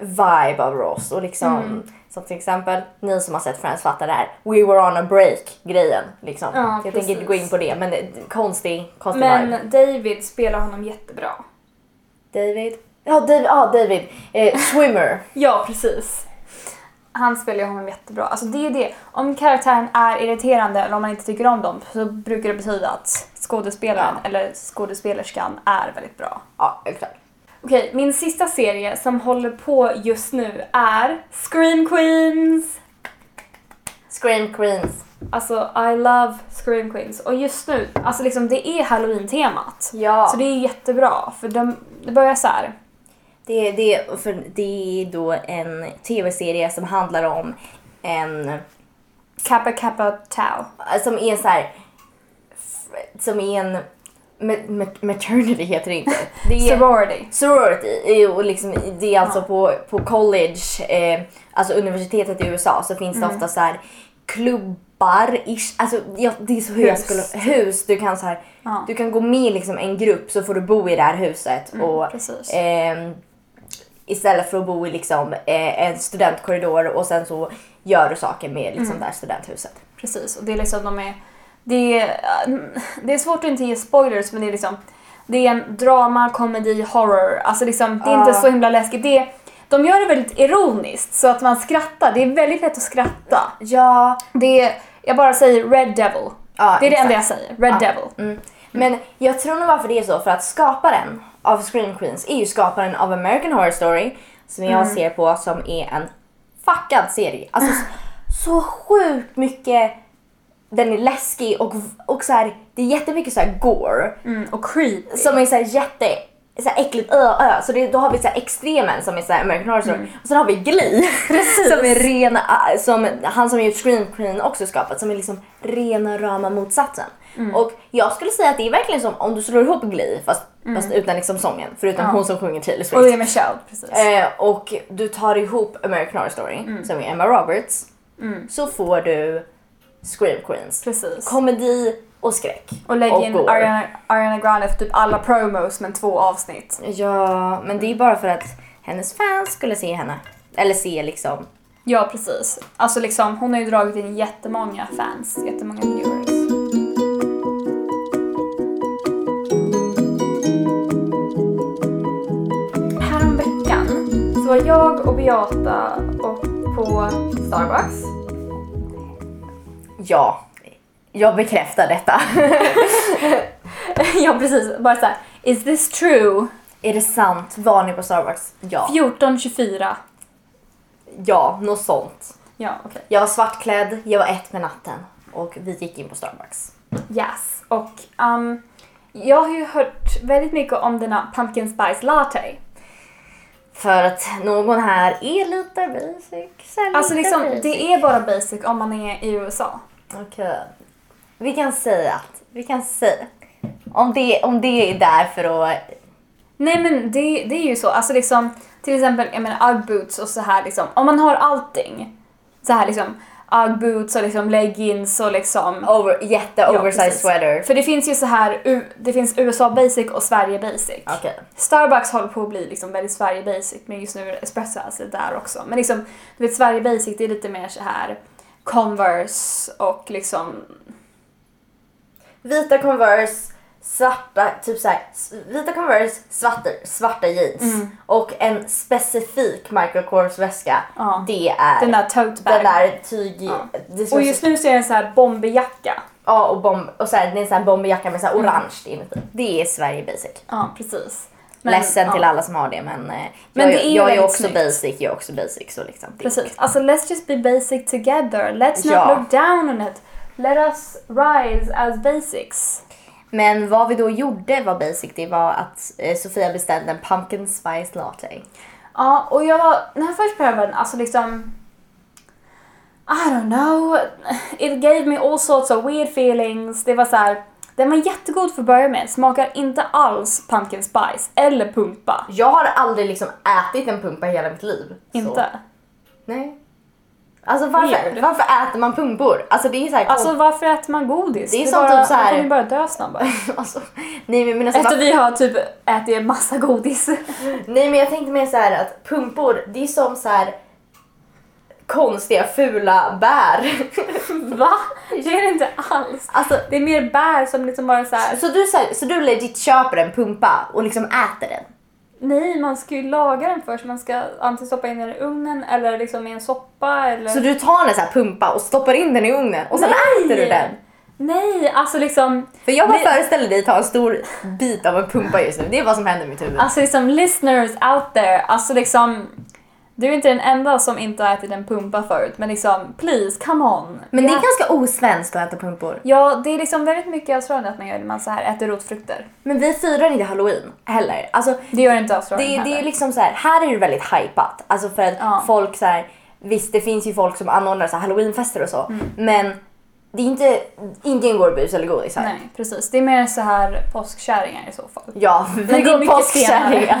Speaker 2: vibe av Ross. Och liksom,
Speaker 1: Mm.
Speaker 2: Som till exempel, ni som har sett Friends fattar det här. We were on a break-grejen. Liksom.
Speaker 1: Ja,
Speaker 2: jag
Speaker 1: precis.
Speaker 2: tänker inte gå in på det, men det, konstig, konstig vibe.
Speaker 1: Men David spelar honom jättebra.
Speaker 2: David? Ja, David. ja, David. Eh, swimmer.
Speaker 1: Ja, precis. Han spelar ju honom jättebra. Alltså det är det. Om karaktären är irriterande eller om man inte tycker om dem så brukar det betyda att skådespelaren
Speaker 2: Ja.
Speaker 1: eller skådespelerskan är väldigt bra.
Speaker 2: ja, exakt.
Speaker 1: Okej, min sista serie som håller på just nu är Scream Queens!
Speaker 2: Scream Queens.
Speaker 1: Alltså, I love Scream Queens. Och just nu, alltså liksom det är halloween-temat.
Speaker 2: Ja.
Speaker 1: Så det är jättebra, för de, det börjar så här.
Speaker 2: Det, det, för det är då en tv-serie som handlar om en...
Speaker 1: Kappa Kappa Tau.
Speaker 2: som är så här f- som är en ma- ma- maternity heter det inte. Det är
Speaker 1: Sorority.
Speaker 2: sorority eh, och liksom, det är alltså på, på college, eh, alltså universitetet i USA så finns det
Speaker 1: Mm.
Speaker 2: ofta så här klubbar ish, alltså ja, det är så hur jag
Speaker 1: Hus.
Speaker 2: skulle, hus, du kan så här,
Speaker 1: Ja.
Speaker 2: du kan gå med i liksom en grupp så får du bo i det här huset och
Speaker 1: Mm, precis.
Speaker 2: ehm, istället för att bo i liksom eh, en studentkorridor och sen så gör du saker med liksom
Speaker 1: Mm.
Speaker 2: det här studenthuset.
Speaker 1: Precis, och det är liksom de är... Det är, mm, det är svårt att inte ge spoilers men det är liksom... Det är en drama, komedi, horror. Alltså liksom, det är inte
Speaker 2: Ja.
Speaker 1: så himla läskigt. Det är, de gör det väldigt ironiskt så att man skrattar. Det är väldigt lätt att skratta.
Speaker 2: Ja,
Speaker 1: Det är, jag bara säger Red Devil.
Speaker 2: Ja,
Speaker 1: det är det
Speaker 2: exakt.
Speaker 1: enda jag säger. Red Devil.
Speaker 2: Mm. Men jag tror nog varför det är så, för att skaparen av Scream Queens är ju skaparen av American Horror Story som jag ser på som är en fuckad serie. Alltså så- så sjukt mycket den är läskig och, och så här, det är jättemycket så här gore
Speaker 1: Mm, och Creep.
Speaker 2: som är så här jätte så här äckligt ö, ö. Så det, då har vi så här extremen som är så här American
Speaker 1: Mm.
Speaker 2: Horror Story. Och sen har vi Glee. Som är rena, ah, som, han som gjort Scream Queen också skapat, som är liksom rena rama motsatsen.
Speaker 1: Mm.
Speaker 2: Och jag skulle säga att det är verkligen som om du slår ihop Glee fast,
Speaker 1: Mm.
Speaker 2: fast utan liksom sången, förutom hon som sjunger Taylor Swift.
Speaker 1: Och det är Michelle. Precis.
Speaker 2: Eh, och du tar ihop American Horror Story,
Speaker 1: Mm.
Speaker 2: som är Emma Roberts, så får du Scream Queens.
Speaker 1: precis.
Speaker 2: Komedi, och skräck.
Speaker 1: Och lägg
Speaker 2: Och
Speaker 1: in
Speaker 2: går.
Speaker 1: Ariana, Ariana Grande för typ alla promos men två avsnitt.
Speaker 2: Ja, men det är bara för att hennes fans skulle se henne. Eller se liksom.
Speaker 1: Ja, precis. Alltså liksom, hon har ju dragit in jättemånga fans, jättemånga viewers. Häromveckan så var jag och Beata och på Starbucks.
Speaker 2: Ja, jag bekräftar detta.
Speaker 1: ja, precis. Bara såhär, is this true?
Speaker 2: är det sant? Var ni på Starbucks? Ja.
Speaker 1: 1424.
Speaker 2: Ja, något sånt.
Speaker 1: Ja, okej.
Speaker 2: Jag var svartklädd, jag var ett med natten och vi gick in på Starbucks.
Speaker 1: Yes. Och ehm, jag har ju hört väldigt mycket om denna pumpkin spice latte.
Speaker 2: För att någon här är lite basic. så här
Speaker 1: Alltså
Speaker 2: lite
Speaker 1: liksom,
Speaker 2: basic.
Speaker 1: det är bara basic om man är i USA.
Speaker 2: Okej. Vi kan säga att... Vi kan säga. Om det, om det är där för att...
Speaker 1: Nej men det, det är ju så, alltså liksom till exempel jag menar Ugg boots och så här liksom, om man har allting. Så här liksom Ugg boots och liksom leggings och liksom.
Speaker 2: Over, jätte
Speaker 1: Ja,
Speaker 2: oversized
Speaker 1: precis.
Speaker 2: sweater.
Speaker 1: För det finns ju så här, U- det finns USA basic och Sverige basic.
Speaker 2: Okej.
Speaker 1: Starbucks håller på att bli liksom väldigt Sverige basic men just nu är espresso alltså där också. Men liksom, du vet Sverige basic det är lite mer så här Converse och liksom
Speaker 2: Vita Converse, svarta, typ så här, s- vita Converse, svarta, svarta jeans.
Speaker 1: Mm.
Speaker 2: Och en specifik Michael Kors väska.
Speaker 1: Ja.
Speaker 2: Det är
Speaker 1: den där tote bag.
Speaker 2: den där tyg... Det ska
Speaker 1: Och
Speaker 2: se-
Speaker 1: just nu så är det en så här bomberjacka.
Speaker 2: Ja, och, bomb, och så här, det är en sån här bomberjacka med så här
Speaker 1: Mm.
Speaker 2: orange inuti. Det är Sverige basic.
Speaker 1: Ja, precis.
Speaker 2: Ledsen
Speaker 1: Mm. ja,
Speaker 2: till alla som har det men, eh,
Speaker 1: Men
Speaker 2: jag,
Speaker 1: det är ju
Speaker 2: jag är
Speaker 1: väldigt
Speaker 2: också
Speaker 1: snyggt.
Speaker 2: basic, jag är också basic så liksom. det-
Speaker 1: Precis. Alltså, let's just be basic together. Let's not
Speaker 2: Ja.
Speaker 1: look down on it. Let us rise as basics.
Speaker 2: Men vad vi då gjorde var basic, det var att eh, Sofia beställde en pumpkin spice latte.
Speaker 1: Ja, och jag var... När jag först prövade den, alltså liksom... I don't know. It gave me all sorts of weird feelings. Det var så här... Den var jättegod för att börja med. Smakar inte alls pumpkin spice eller pumpa.
Speaker 2: Jag har aldrig liksom ätit en pumpa i hela mitt liv. så-
Speaker 1: Inte.
Speaker 2: Nej. Alltså varför,
Speaker 1: Weird.
Speaker 2: varför äter man pumpor? Alltså det är så här
Speaker 1: Alltså varför äter man godis?
Speaker 2: Det är som
Speaker 1: bara,
Speaker 2: typ så här-
Speaker 1: Man kommer ju bara dö snabbare.
Speaker 2: alltså, nej, men jag menar så
Speaker 1: Efter
Speaker 2: varför-
Speaker 1: vi har typ ätit en massa godis.
Speaker 2: nej men jag tänkte mer så här att pumpor, det är som så här konstiga fula bär.
Speaker 1: Va? Det är det inte alls.
Speaker 2: alltså
Speaker 1: Det är mer bär som liksom bara så här.
Speaker 2: Så du, så, här, så du legit köper en pumpa och liksom äter den?
Speaker 1: Nej, man ska ju laga den först. Man ska antingen stoppa in den i ugnen eller liksom i en soppa eller...
Speaker 2: Så du tar en så här pumpa och stoppar in den i ugnen och sen
Speaker 1: Nej!
Speaker 2: äter du den?
Speaker 1: Nej, alltså liksom...
Speaker 2: För jag bara
Speaker 1: Nej.
Speaker 2: föreställer dig ta en stor bit av en pumpa just nu. Det är vad som händer i mitt huvud.
Speaker 1: Alltså liksom listeners out there. Alltså liksom... Du är inte den enda som inte har ätit en pumpa förut, men liksom please, come on.
Speaker 2: Men det
Speaker 1: Ja.
Speaker 2: är ganska osvenskt att äta pumpor.
Speaker 1: Ja, det är liksom väldigt mycket i Australien att man gör det. Man så här äter rotfrukter.
Speaker 2: Men vi firar inte halloween heller. Alltså,
Speaker 1: Det gör inte
Speaker 2: det,
Speaker 1: Australien
Speaker 2: det är
Speaker 1: heller.
Speaker 2: liksom så här, här är det väldigt hypat. Alltså för att
Speaker 1: Ja.
Speaker 2: folk så här, visst det finns ju folk som anordnar så här halloweenfester och så.
Speaker 1: Mm.
Speaker 2: Men det är inte, ingen går bus eller godis här.
Speaker 1: Nej, precis. Det är mer så här påskkärringar i så fall.
Speaker 2: Ja, vi
Speaker 1: det är
Speaker 2: går
Speaker 1: mycket
Speaker 2: påskkärringar.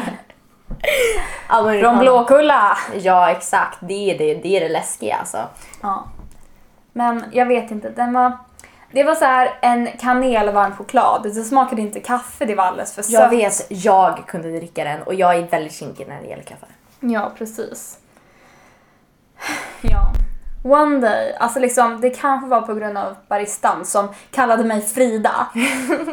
Speaker 2: ja, men-
Speaker 1: Från Blåkulla!
Speaker 2: Ja, exakt. Det är det, det, är det läskiga alltså.
Speaker 1: Ja. Men jag vet inte, den var... Det var så här en kanelvarm choklad. Det smakade inte kaffe, det var alldeles för
Speaker 2: Jag
Speaker 1: sött.
Speaker 2: vet, jag kunde dricka den och jag är väldigt kinkig när det gäller kaffe.
Speaker 1: Ja, precis. Ja. One day, alltså liksom, det kanske var på grund av baristan som kallade mig Frida.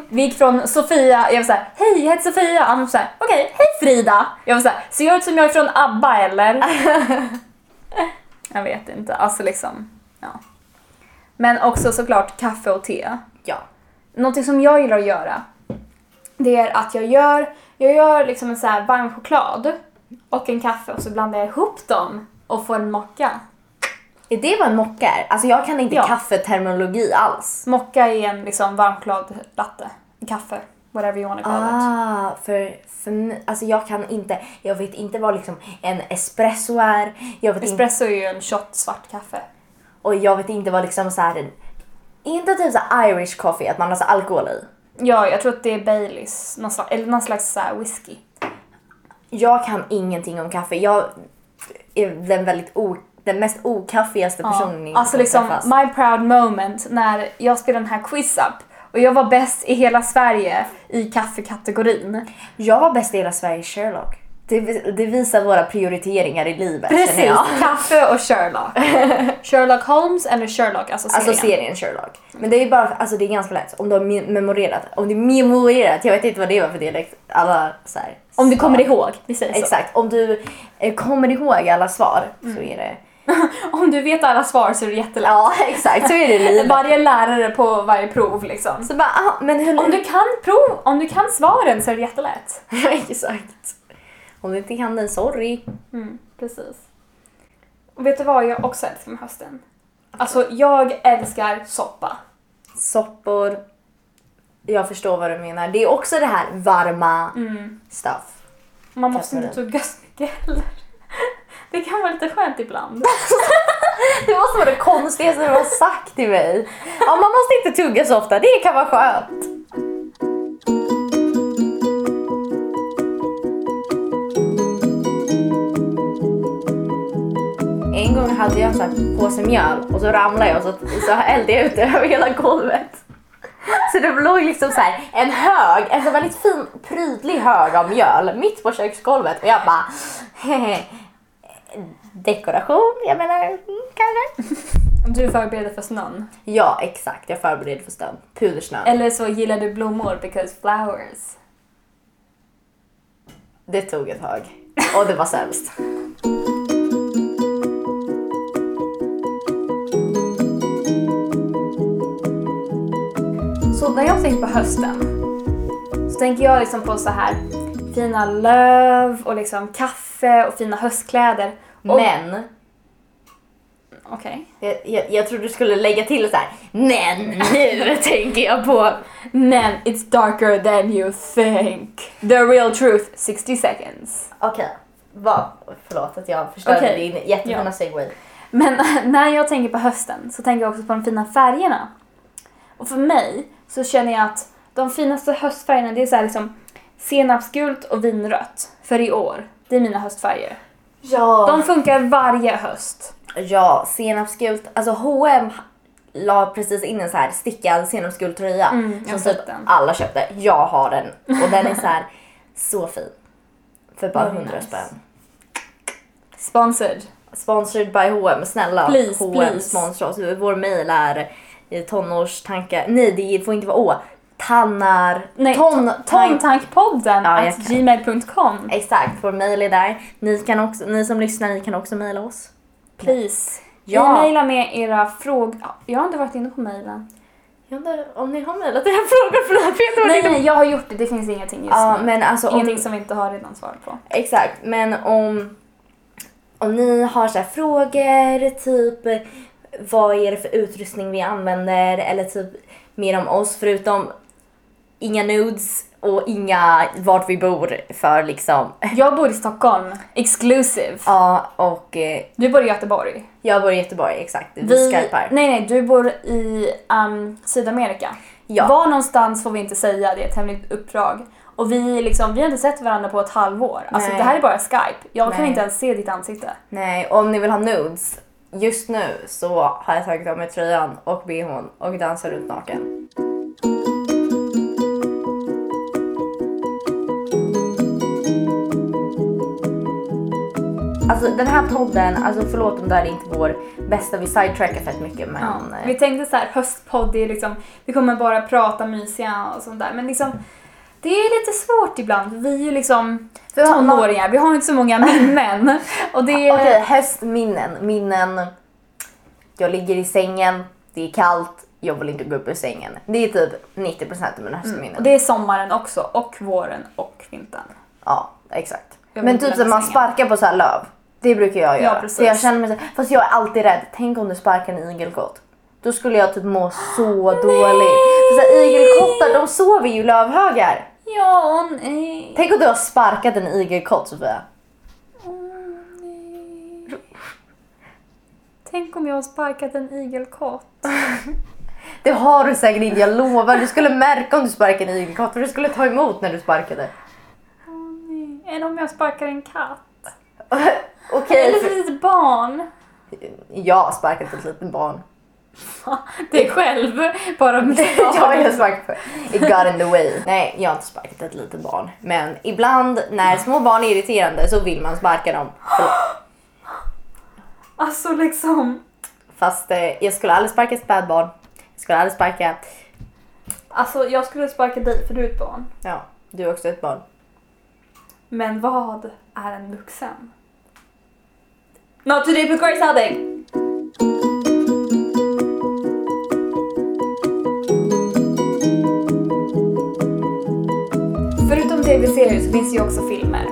Speaker 1: Vi gick från Sofia, jag var såhär, hej jag heter Sofia, han var såhär, okej, hej Frida. Jag var såhär, ser jag ut som jag är från ABBA eller? jag vet inte, alltså liksom, ja. Men också såklart kaffe och te.
Speaker 2: Ja.
Speaker 1: Någonting som jag gillar att göra, det är att jag gör, jag gör liksom en så här varm choklad och en kaffe och så blandar jag ihop dem och får en mocka.
Speaker 2: Är det vad en mocka är? Alltså jag kan inte
Speaker 1: Ja.
Speaker 2: kaffeterminologi alls.
Speaker 1: Mocka är en liksom varm chokladlatte, en kaffe, whatever you wanna call it.
Speaker 2: Ah, för, för mig- alltså jag kan inte, jag vet inte vad liksom en espresso är. Jag vet inte,
Speaker 1: Espresso är ju en shot svart kaffe.
Speaker 2: och jag vet inte vad liksom så här, är inte typ så här Irish coffee, att man har så här alkohol i.
Speaker 1: Ja, jag tror att det är Baileys, någon slags, eller någon slags så här whisky.
Speaker 2: Jag kan ingenting om kaffe. Jag är den väldigt o, den mest okaffigaste
Speaker 1: Ja.
Speaker 2: personen som
Speaker 1: Alltså liksom,
Speaker 2: träffas.
Speaker 1: my proud moment när jag spelade den här quiz-up Och jag var bäst i hela Sverige i kaffekategorin.
Speaker 2: Jag var bäst i hela Sverige Sherlock. Det, det visar våra prioriteringar i livet känner
Speaker 1: Precis,
Speaker 2: jag.
Speaker 1: kaffe och Sherlock. Sherlock Holmes eller Sherlock, alltså serien.
Speaker 2: Alltså serien Sherlock. Men det är bara, alltså det är ganska lätt. Om du har me- memorerat, om du memorerat, jag vet inte vad det var för dialekt. Alla så här,
Speaker 1: Om du kommer
Speaker 2: svar.
Speaker 1: ihåg, vi säger så. Mm.
Speaker 2: Exakt, om du eh, kommer ihåg alla svar så är det...
Speaker 1: Om du vet alla svar så är det jättelätt.
Speaker 2: Ja exakt, så är det livet.
Speaker 1: Varje lärare på varje prov liksom.
Speaker 2: Så bara, ah, men hur...
Speaker 1: Om du kan prov, om du kan svaren så är det jättelätt.
Speaker 2: exakt. Om du inte kan den, sorry.
Speaker 1: Precis. Och vet du vad jag också älskar med hösten? Alltså jag älskar soppa.
Speaker 2: Soppor. Jag förstår vad du menar. Det är också det här varma
Speaker 1: Mm.
Speaker 2: stuff.
Speaker 1: Man måste
Speaker 2: Kastar
Speaker 1: inte tugga så mycket heller. Det kan vara lite skönt ibland.
Speaker 2: Det måste vara det konstigaste du har sagt till mig. Ja, man måste inte tugga så ofta, det kan vara skönt. En gång hade jag så här påse mjöl och så ramlade jag och så, så hällde jag ut det över hela golvet. Så det låg liksom så här en hög, en så väldigt fin prydlig hög av mjöl mitt på köksgolvet och jag bara dekoration, jag menar mm, kanske.
Speaker 1: Du förbereder för snön.
Speaker 2: Ja, exakt. Jag förbereder för snön. Pudersnön.
Speaker 1: Eller så gillar du blommor because flowers.
Speaker 2: Det tog ett tag. Och det var sämst.
Speaker 1: Så när jag tänker på hösten så tänker jag liksom på så här fina löv och liksom kaffe och fina höstkläder. Och-
Speaker 2: Men,
Speaker 1: Okej.
Speaker 2: jag, jag, jag tror du skulle lägga till så här. Men nu tänker jag på...
Speaker 1: Men it's darker than you think. The real truth, 60 seconds.
Speaker 2: Okej, vad... Förlåt att jag förstörde
Speaker 1: Okej.
Speaker 2: din jättefina
Speaker 1: Ja.
Speaker 2: segway.
Speaker 1: Men när jag tänker på hösten så tänker jag också på de fina färgerna. Och för mig så känner jag att de finaste höstfärgerna det är så här liksom senapsgult och vinrött. För i år. Det är mina höstfärger.
Speaker 2: Ja.
Speaker 1: De funkar varje höst.
Speaker 2: Ja, senapsgult. Alltså H&M la precis in en så här stickad senapsgul tröja
Speaker 1: Mm, jag har
Speaker 2: som typ
Speaker 1: sett den.
Speaker 2: alla köpte. Jag har den och den är så här så fin. För bara
Speaker 1: Very
Speaker 2: 100
Speaker 1: nice.
Speaker 2: spänn.
Speaker 1: Sponsored.
Speaker 2: Sponsored by H&M snälla.
Speaker 1: Please,
Speaker 2: H&M
Speaker 1: please.
Speaker 2: sponsra oss. Vår mail är eh, tonårstankar. Nej, det får inte vara å. Tannar...
Speaker 1: Nej,
Speaker 2: ton, tank-
Speaker 1: Tontankpodden
Speaker 2: Ja, jag
Speaker 1: at
Speaker 2: kan.
Speaker 1: gmail.com.
Speaker 2: Exakt, vår mail är där. Ni, kan också, ni som lyssnar, ni kan också mejla oss.
Speaker 1: Please.
Speaker 2: Ja.
Speaker 1: Ja. Vi mejlar med era frågor. Jag har inte varit inne på mejlen.
Speaker 2: Jag undrar om ni har mejlat era frågor? Förlåt, jag tror
Speaker 1: Nej,
Speaker 2: det.
Speaker 1: nej, jag har gjort det. Det finns ingenting just
Speaker 2: Ja,
Speaker 1: nu.
Speaker 2: men alltså om,
Speaker 1: Ingenting som vi inte har redan svar på.
Speaker 2: Exakt, men om, om ni har så här frågor, typ vad är det för utrustning vi använder eller typ mer om oss förutom inga nudes och inga vart vi bor för liksom.
Speaker 1: Jag bor i Stockholm. Exclusive.
Speaker 2: Ja, och eh,
Speaker 1: Du bor i Göteborg.
Speaker 2: jag bor i Göteborg, exakt. Vi,
Speaker 1: nej,
Speaker 2: skypar.
Speaker 1: nej, du bor i ehm, Sydamerika.
Speaker 2: Ja.
Speaker 1: Var någonstans får vi inte säga, det är ett hemligt uppdrag. Och vi, liksom, vi har inte sett varandra på ett halvår. Alltså
Speaker 2: Nej.
Speaker 1: det här är bara Skype. Jag kan
Speaker 2: Nej.
Speaker 1: inte ens se ditt ansikte.
Speaker 2: Nej, och om ni vill ha nudes, just nu så har jag tagit av mig tröjan och bhn och dansar runt naken. Alltså den här podden, alltså förlåt om det här är inte vår bästa, vi sidetrackar fett mycket men... eh,
Speaker 1: Ja. Vi tänkte så här, höstpodd, det är liksom, vi kommer bara prata mysiga och sånt där. Men liksom, det är lite svårt ibland. Vi är ju liksom
Speaker 2: För man-
Speaker 1: tonåringar, vi har inte så många minnen. Och det är...
Speaker 2: Okej, höstminnen. Minnen. Jag ligger i sängen, det är kallt, jag vill inte gå upp ur sängen. Det är typ 90% av mina höstminnen.
Speaker 1: Mm, Och det är sommaren också, och våren och vintern.
Speaker 2: Ja, exakt.
Speaker 1: Jag
Speaker 2: Men
Speaker 1: vill
Speaker 2: typ
Speaker 1: inte
Speaker 2: som man
Speaker 1: lämna
Speaker 2: sparkar på så här löv. Det brukar jag göra.
Speaker 1: precis.
Speaker 2: så jag känner mig så här, fast jag är alltid rädd. Tänk om du sparkar en igelkott. Då skulle jag typ må så dåligt. För så här, igelkottar de sover ju i lövhögar.
Speaker 1: Ja, och nej.
Speaker 2: Tänk om du har sparkat en igelkott Sofia.
Speaker 1: Tänk om jag har sparkat en igelkott.
Speaker 2: Det har du säkert inte, jag lovar. Du skulle märka om du sparkade en igelkott för du skulle ta emot när du sparkade.
Speaker 1: Eller om jag sparkar en katt.
Speaker 2: Okej,
Speaker 1: Eller ett
Speaker 2: för-
Speaker 1: litet barn.
Speaker 2: jag har sparkat ett litet barn.
Speaker 1: dig själv. Bara med
Speaker 2: jag har ju sparkat på It got in the way. Nej, jag har inte sparkat ett litet barn. Men ibland när små barn är irriterande så vill man sparka dem.
Speaker 1: Alltså liksom.
Speaker 2: Fast eh, jag skulle aldrig sparka ett spädbarn. Jag skulle aldrig sparka...
Speaker 1: Alltså jag skulle sparka dig för du är ett barn.
Speaker 2: Ja, du är också ett barn.
Speaker 1: Men vad är en vuxen? Not today but Grace Hudding! Förutom tv-serier så finns det ju också filmer.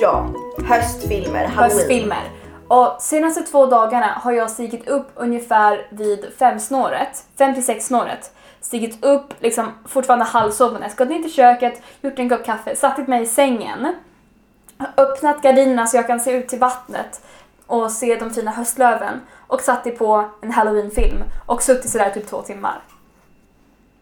Speaker 2: Ja, höstfilmer,
Speaker 1: Höstfilmer. Och senaste två dagarna har jag stigit upp ungefär vid femsnåret, fem till sexsnåret. Stigit upp, liksom fortfarande halvsovandes, gått ner till köket, gjort en kopp kaffe, satt mig i sängen. Öppnat gardinerna så jag kan se ut till vattnet och se de fina höstlöven. Och satt i på en halloweenfilm och suttit sådär typ två timmar.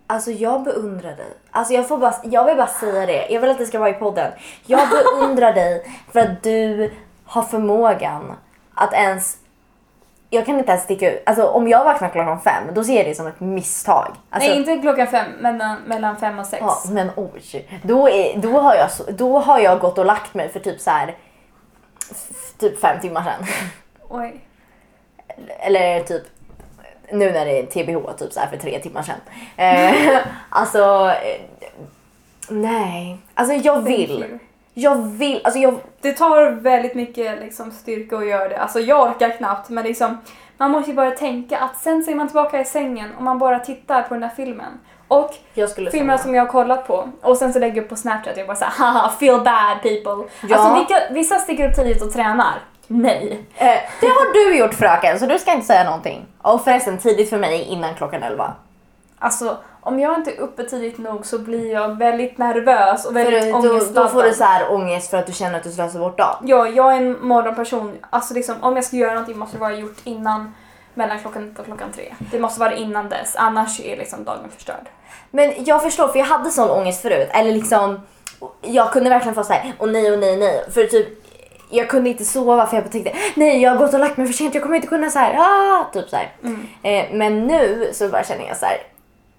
Speaker 2: Alltså jag beundrar dig. Alltså jag, får bara, jag vill bara säga det, jag vill att det ska vara i podden. Jag beundrar dig för att du har förmågan att ens... Jag kan inte ens sticka ut. Alltså om jag vaknar klockan fem, då ser jag det som ett misstag. Alltså,
Speaker 1: Nej, inte klockan fem, mellan, mellan fem och sex.
Speaker 2: Ja, men oj. Då, är, då, har jag, så- då har jag gått och lagt mig för typ så här, f- typ fem timmar sedan.
Speaker 1: Oj.
Speaker 2: Eller typ nu när det är TBH typ så här för tre timmar sedan. Eh, alltså, eh, nej. Alltså jag vill. Jag vill, alltså jag,
Speaker 1: Det tar väldigt mycket liksom, styrka att göra det. Alltså jag orkar knappt men liksom, man måste ju bara tänka att sen så är man tillbaka i sängen och man bara tittar på den där filmen. Och
Speaker 2: jag skulle
Speaker 1: filmer som jag har kollat på och sen så lägger jag upp på Snapchat och jag bara såhär haha feel bad people.
Speaker 2: Ja.
Speaker 1: Alltså vilka, vissa sticker upp tidigt och tränar. Nej.
Speaker 2: Eh, det har du gjort fröken så du ska inte säga någonting. Och förresten tidigt för mig innan klockan 11.
Speaker 1: Alltså om jag inte är uppe tidigt nog så blir jag väldigt nervös och
Speaker 2: För
Speaker 1: väldigt
Speaker 2: då,
Speaker 1: ångestladdad.
Speaker 2: då får du så här ångest för att du känner att du slösar bort dagen.
Speaker 1: Ja, jag är en morgonperson. Alltså liksom, om jag ska göra någonting måste det vara gjort innan mellan klockan ett och klockan tre. Det måste vara innan dess, annars är liksom dagen förstörd.
Speaker 2: Men jag förstår för jag hade sån ångest förut. Eller liksom, jag kunde verkligen få såhär, åh nej, åh nej, nej. För typ, jag kunde inte sova för jag tänkte, nej jag har gått och lagt mig för sent, jag kommer inte kunna såhär, ah, typ såhär. Eh, men nu så bara känner jag såhär,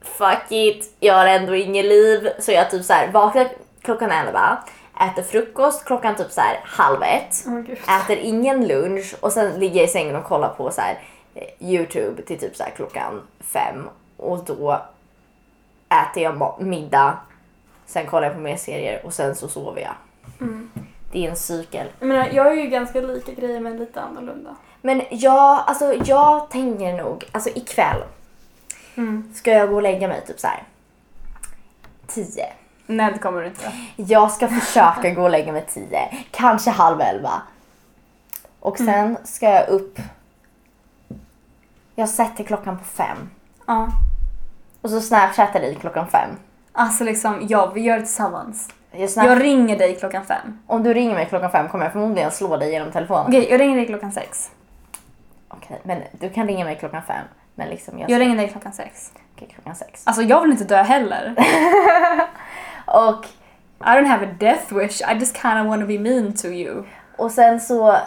Speaker 2: fuck it, jag har ändå inget liv. Så jag typ såhär vaknar klockan 11, äter frukost klockan typ såhär halv ett,
Speaker 1: Åh, gud.
Speaker 2: äter ingen lunch och sen ligger jag i sängen och kollar på såhär eh, Youtube till typ såhär klockan fem och då äter jag ma- middag, sen kollar jag på mer serier och sen så sover jag. Det är en cykel.
Speaker 1: Jag menar, jag är ju ganska lika grejer men lite annorlunda.
Speaker 2: Men jag, alltså jag tänker nog, alltså ikväll
Speaker 1: Mm.
Speaker 2: ska jag gå och lägga mig typ så här. 10.
Speaker 1: Nej, det kommer du inte.
Speaker 2: Jag ska försöka gå och lägga mig 10, kanske halv 11. Och
Speaker 1: Mm.
Speaker 2: sen ska jag upp. Jag sätter klockan på 5
Speaker 1: Ja.
Speaker 2: och så snapchattar jag dig klockan 5.
Speaker 1: Alltså liksom, ja, vi gör det tillsammans.
Speaker 2: Jag snap-
Speaker 1: Jag ringer dig klockan fem.
Speaker 2: Om du ringer mig klockan 5 kommer jag förmodligen slå dig genom telefonen.
Speaker 1: Okej, jag ringer dig klockan sex.
Speaker 2: Okej, men du kan ringa mig klockan fem. Men liksom jag...
Speaker 1: Jag ringer dig klockan sex.
Speaker 2: Okej, klockan sex.
Speaker 1: Alltså jag vill inte dö heller.
Speaker 2: Och,
Speaker 1: I don't have a death wish, I just kinda wanna be mean to you.
Speaker 2: och sen så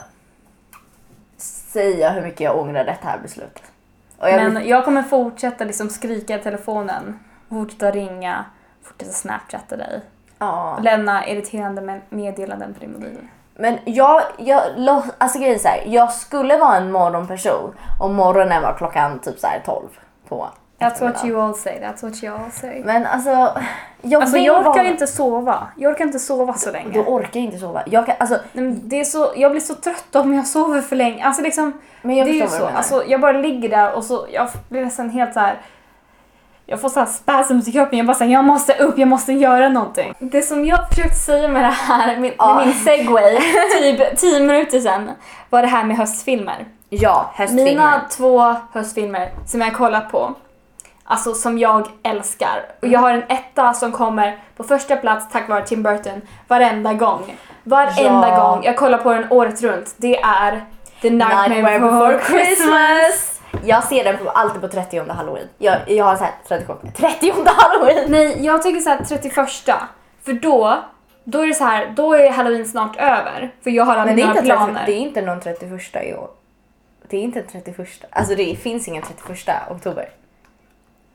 Speaker 2: säger jag hur mycket jag ångrar detta här beslutet. Och jag
Speaker 1: Men jag kommer fortsätta liksom skrika i telefonen, fortsätta ringa, fortsätta snapchatta dig.
Speaker 2: ja.
Speaker 1: Lämna irriterande med- meddelanden på din mobil.
Speaker 2: Men jag, jag, lo- alltså grejen är så här, jag skulle vara en morgonperson om morgonen var klockan typ så här 12 på
Speaker 1: That's what
Speaker 2: eftermiddagen.
Speaker 1: you all say, that's what you all say.
Speaker 2: Men alltså, jag
Speaker 1: Alltså
Speaker 2: vill
Speaker 1: jag orkar
Speaker 2: vara...
Speaker 1: inte sova. Jag orkar inte sova så länge.
Speaker 2: Då orkar jag inte sova. Jag kan, alltså,
Speaker 1: Nej, men det är så, jag blir så trött om jag sover för länge. Alltså liksom,
Speaker 2: Men jag
Speaker 1: det är ju
Speaker 2: förstår vad du
Speaker 1: så.
Speaker 2: menar.
Speaker 1: Alltså, jag bara ligger där och så, jag blir nästan helt så här. Jag får så här spasms i kroppen. Jag bara säger jag måste upp, jag måste göra någonting. Det som jag försökte säga med det här, med,
Speaker 2: Ja.
Speaker 1: med min segway, typ 10 minuter sedan, var det här med höstfilmer.
Speaker 2: ja, höstfilmer.
Speaker 1: Mina två höstfilmer som jag kollar på, alltså som jag älskar. Och jag har en etta som kommer på första plats tack vare Tim Burton varenda gång. Varenda
Speaker 2: Ja.
Speaker 1: gång. Jag kollar på den året runt. Det är The Nightmare,
Speaker 2: Nightmare
Speaker 1: Before
Speaker 2: before
Speaker 1: Christmas.
Speaker 2: Christmas! Jag ser den på, alltid på 30 halloween. Jag, jag har såhär 30, 30 halloween!
Speaker 1: Nej, jag tycker såhär 31. För då, då är det så här, då är halloween snart över. För jag har alla
Speaker 2: Men det är,
Speaker 1: mina
Speaker 2: inte 30,
Speaker 1: planer.
Speaker 2: det är inte någon 31 i år. Det är inte en 31. Alltså det finns ingen 31 oktober.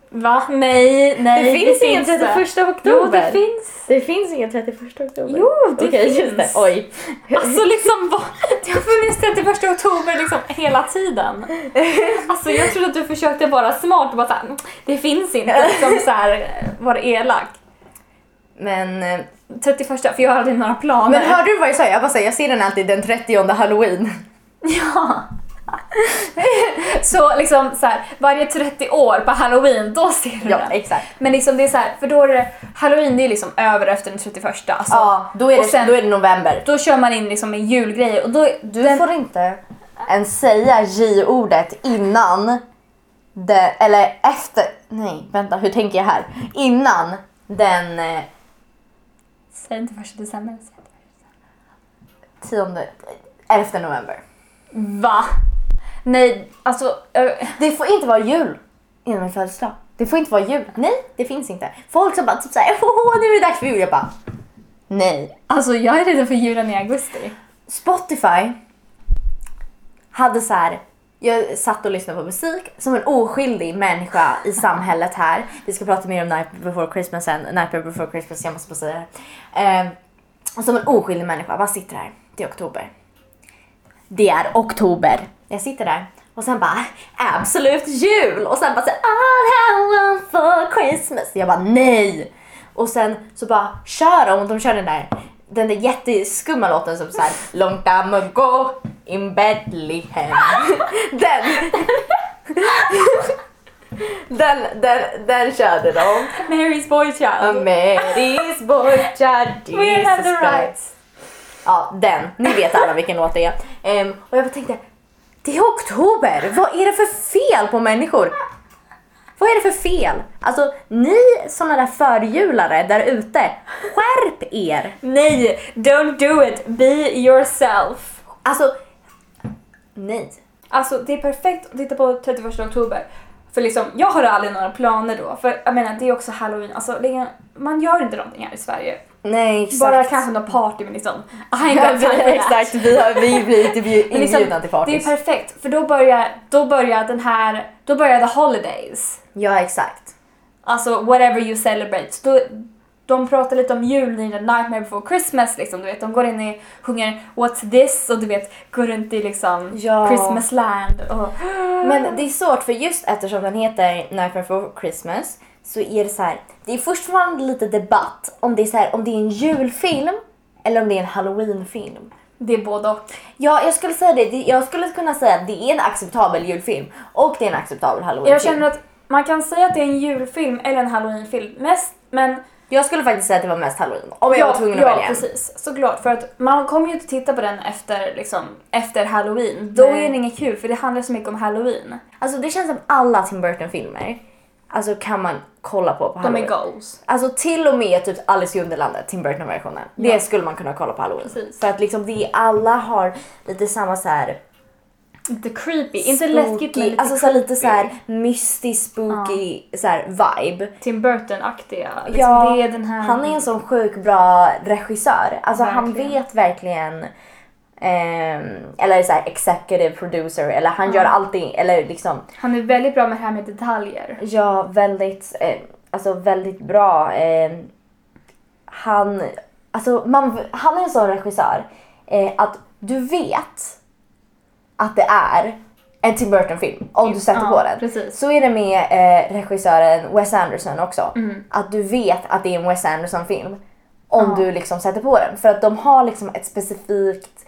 Speaker 1: Va?
Speaker 3: Nej, nej.
Speaker 1: Det finns
Speaker 3: ingen
Speaker 1: inte.
Speaker 3: 31 oktober.
Speaker 1: Jo, det finns.
Speaker 3: Det finns ingen 31 oktober.
Speaker 1: Jo, det
Speaker 3: Okej,
Speaker 1: finns.
Speaker 3: just det. Oj.
Speaker 1: Alltså liksom vad? Det har funnits 31 oktober liksom hela tiden. Alltså jag trodde att du försökte vara smart och bara såhär, det finns inte. Liksom såhär, vara elak.
Speaker 2: Men, eh,
Speaker 1: 31, för jag hade några planer.
Speaker 2: men hörde du vad jag sa? Jag bara säger, jag ser den alltid den 30 halloween.
Speaker 1: Ja. så liksom så här, varje 30 år på halloween, då ser du
Speaker 2: Ja,
Speaker 1: den.
Speaker 2: exakt.
Speaker 1: Men liksom det är så här, för då är det, halloween det är liksom över efter den 31. Alltså,
Speaker 2: Ja, då är,
Speaker 1: Och
Speaker 2: det,
Speaker 1: sen-
Speaker 2: då är det november.
Speaker 1: Då kör man in liksom med julgrejer och då...
Speaker 2: Du får inte ens säga J-ordet innan det, eller efter, nej vänta hur tänker jag här? Innan den eh,
Speaker 1: Säg inte första december. säg inte.
Speaker 2: 10, 11 november.
Speaker 1: Va? Nej, alltså... ö,
Speaker 2: Det får inte vara jul innan min födelsedag. Det får inte vara jul. Nej, det finns inte. Folk som bara typ såhär, åh nu är det dags för jul. Jag bara, nej.
Speaker 1: alltså jag är redo för julen i augusti.
Speaker 2: Spotify hade så här. Jag satt och lyssnade på musik som en oskyldig människa i samhället här. Vi ska prata mer om Night before Christmas sen. Night before Christmas, jag måste bara säga det. Eh, som en oskyldig människa bara sitter här. Det är oktober. Det är oktober. Jag sitter där och sen bara absolut jul och sen bara så här, all I want for Christmas. Jag bara nej. Och sen så bara kör de och de kör den där den där jätteskumma låten som såhär long time ago in Bethlehem. den. den, den, den körde de.
Speaker 1: Mary's boy
Speaker 2: A
Speaker 1: child.
Speaker 2: Mary's boy child
Speaker 1: We
Speaker 2: Jesus
Speaker 1: have the
Speaker 2: Christ.
Speaker 1: rights.
Speaker 2: Ja, den. Ni vet alla vilken låt det är. Ehm, och jag bara tänkte, det är oktober! Vad är det för fel på människor? Vad är det för fel? Alltså, ni såna där förjulare där ute, skärp er!
Speaker 1: Nej, don't do it. Be yourself.
Speaker 2: Alltså, nej.
Speaker 1: Alltså det är perfekt att titta på 31 oktober. För liksom, jag har aldrig några planer då. För jag menar, det är också halloween. Alltså, det är, man gör inte någonting här i Sverige.
Speaker 2: Nej, exakt.
Speaker 1: Bara kanske någon party men liksom, I ain't
Speaker 2: Ja,
Speaker 1: got time for
Speaker 2: vi,
Speaker 1: that.
Speaker 2: exakt, vi, har, vi blir inte bjud-
Speaker 1: Men liksom,
Speaker 2: inbjudna till
Speaker 1: det är
Speaker 2: partys.
Speaker 1: perfekt för då börjar, då börjar den här, då börjar the holidays.
Speaker 2: Ja, exakt.
Speaker 1: Alltså whatever you celebrate. Då, de pratar lite om julen i The Nightmare Before Christmas liksom, du vet. De går in i, sjunger What's this och du vet, går runt i liksom
Speaker 2: Ja.
Speaker 1: Christmas land och
Speaker 2: Men det är svårt för just eftersom den heter Night Before Christmas så är det så här. Det är fortfarande lite debatt om det är så här, om det är en julfilm eller om det är en halloweenfilm.
Speaker 1: det är både och.
Speaker 2: Ja, jag skulle säga det. det. Jag skulle kunna säga att det är en acceptabel julfilm och det är en acceptabel halloweenfilm.
Speaker 1: Jag känner att man kan säga att det är en julfilm eller en halloweenfilm mest, men
Speaker 2: jag skulle faktiskt säga att det var mest halloween om jag
Speaker 1: ja,
Speaker 2: var tvungen att
Speaker 1: ja,
Speaker 2: välja. en.
Speaker 1: precis. Såklart, för att man kommer ju inte titta på den efter, liksom, efter halloween. Då
Speaker 2: Nej.
Speaker 1: är den inget kul för det handlar så mycket om halloween.
Speaker 2: Alltså det känns som alla Tim Burton-filmer alltså kan man kolla på på
Speaker 1: De
Speaker 2: halloween.
Speaker 1: är goals.
Speaker 2: Alltså till och med typ Alice i Underlandet, Tim Burton-versionen. Det skulle man kunna kolla på halloween.
Speaker 1: Precis.
Speaker 2: För att liksom det, alla har lite samma så här
Speaker 1: Inte creepy, inte
Speaker 2: spooky-
Speaker 1: läskigt men lite,
Speaker 2: alltså så här, lite
Speaker 1: creepy.
Speaker 2: så här mystisk spooky så här, vibe.
Speaker 1: Tim Burton-aktiga. Liksom,
Speaker 2: Ja,
Speaker 1: det är den här...
Speaker 2: Han är en sån sjukt bra regissör. Alltså han
Speaker 1: Verkligen.
Speaker 2: vet verkligen ehm, eller så här executive producer eller han gör allting eller liksom
Speaker 1: han är väldigt bra med det här med detaljer.
Speaker 2: Ja, väldigt, eh, alltså väldigt bra. Eh, han, alltså man, han är en sån regissör eh, att du vet att det är en Tim Burton-film om du sätter
Speaker 1: Ja,
Speaker 2: på den.
Speaker 1: precis.
Speaker 2: Så är det med eh, regissören Wes Anderson också.
Speaker 1: Mm.
Speaker 2: Att du vet att det är en Wes Anderson-film om du liksom sätter på den. För att de har liksom ett specifikt,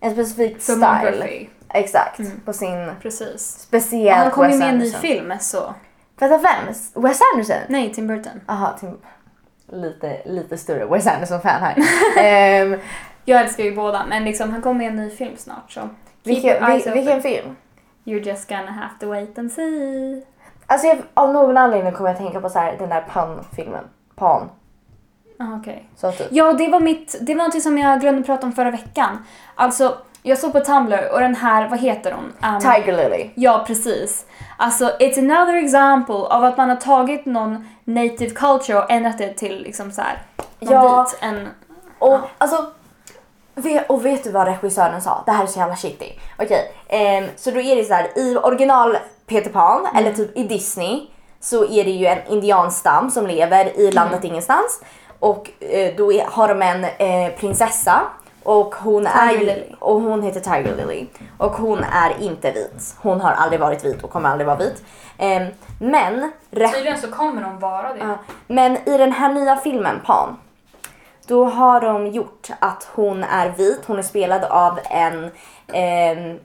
Speaker 2: en specifik
Speaker 1: Som
Speaker 2: style.
Speaker 1: Murphy.
Speaker 2: Exakt, på sin
Speaker 1: Precis.
Speaker 2: speciella
Speaker 1: Han Mm. kom ju med en ny film så...
Speaker 2: Vänta, vem? Wes Anderson?
Speaker 1: Nej, Tim Burton.
Speaker 2: Jaha, Tim. Lite, lite större Wes Anderson-fan här. Ehm,
Speaker 1: Jag älskar ju båda men liksom, han kommer med en ny film snart så... Keep
Speaker 2: vilken,
Speaker 1: your eyes
Speaker 2: vil,
Speaker 1: open.
Speaker 2: vilken film?
Speaker 1: You're just gonna have to wait and see.
Speaker 2: Alltså jag, av någon anledning kommer jag att tänka på så här, den där Pan-filmen. Pan.
Speaker 1: Ah, okej.
Speaker 2: Så typ.
Speaker 1: Ja, det var mitt, det var någonting som jag glömde prata om förra veckan. Alltså, jag såg på Tumblr och den här, vad heter hon? Um,
Speaker 2: Tiger Lily.
Speaker 1: Ja, precis. Alltså, it's another example av att man har tagit någon native culture och ändrat det till liksom så här, någon
Speaker 2: Ja.
Speaker 1: vit, en...
Speaker 2: Och alltså, ve- och vet du vad regissören sa? Det här är så jävla shitty.
Speaker 1: Mm.
Speaker 2: Okej, ehm, så då är det så här i original Peter Pan eller typ i Disney så är det ju en indianstam som lever
Speaker 1: Mm.
Speaker 2: i landet ingenstans. Och eh, då är, har de en eh, prinsessa och hon, är
Speaker 1: Tiger
Speaker 2: ju,
Speaker 1: Lily.
Speaker 2: och hon heter Tiger Lily. Och hon är inte vit. Hon har aldrig varit vit och kommer aldrig vara vit. Ehm, men, re-
Speaker 1: Tydligen så kommer de vara det.
Speaker 2: ja, men i den här nya filmen Pan, då har de gjort att hon är vit. Hon är spelad av en ehm,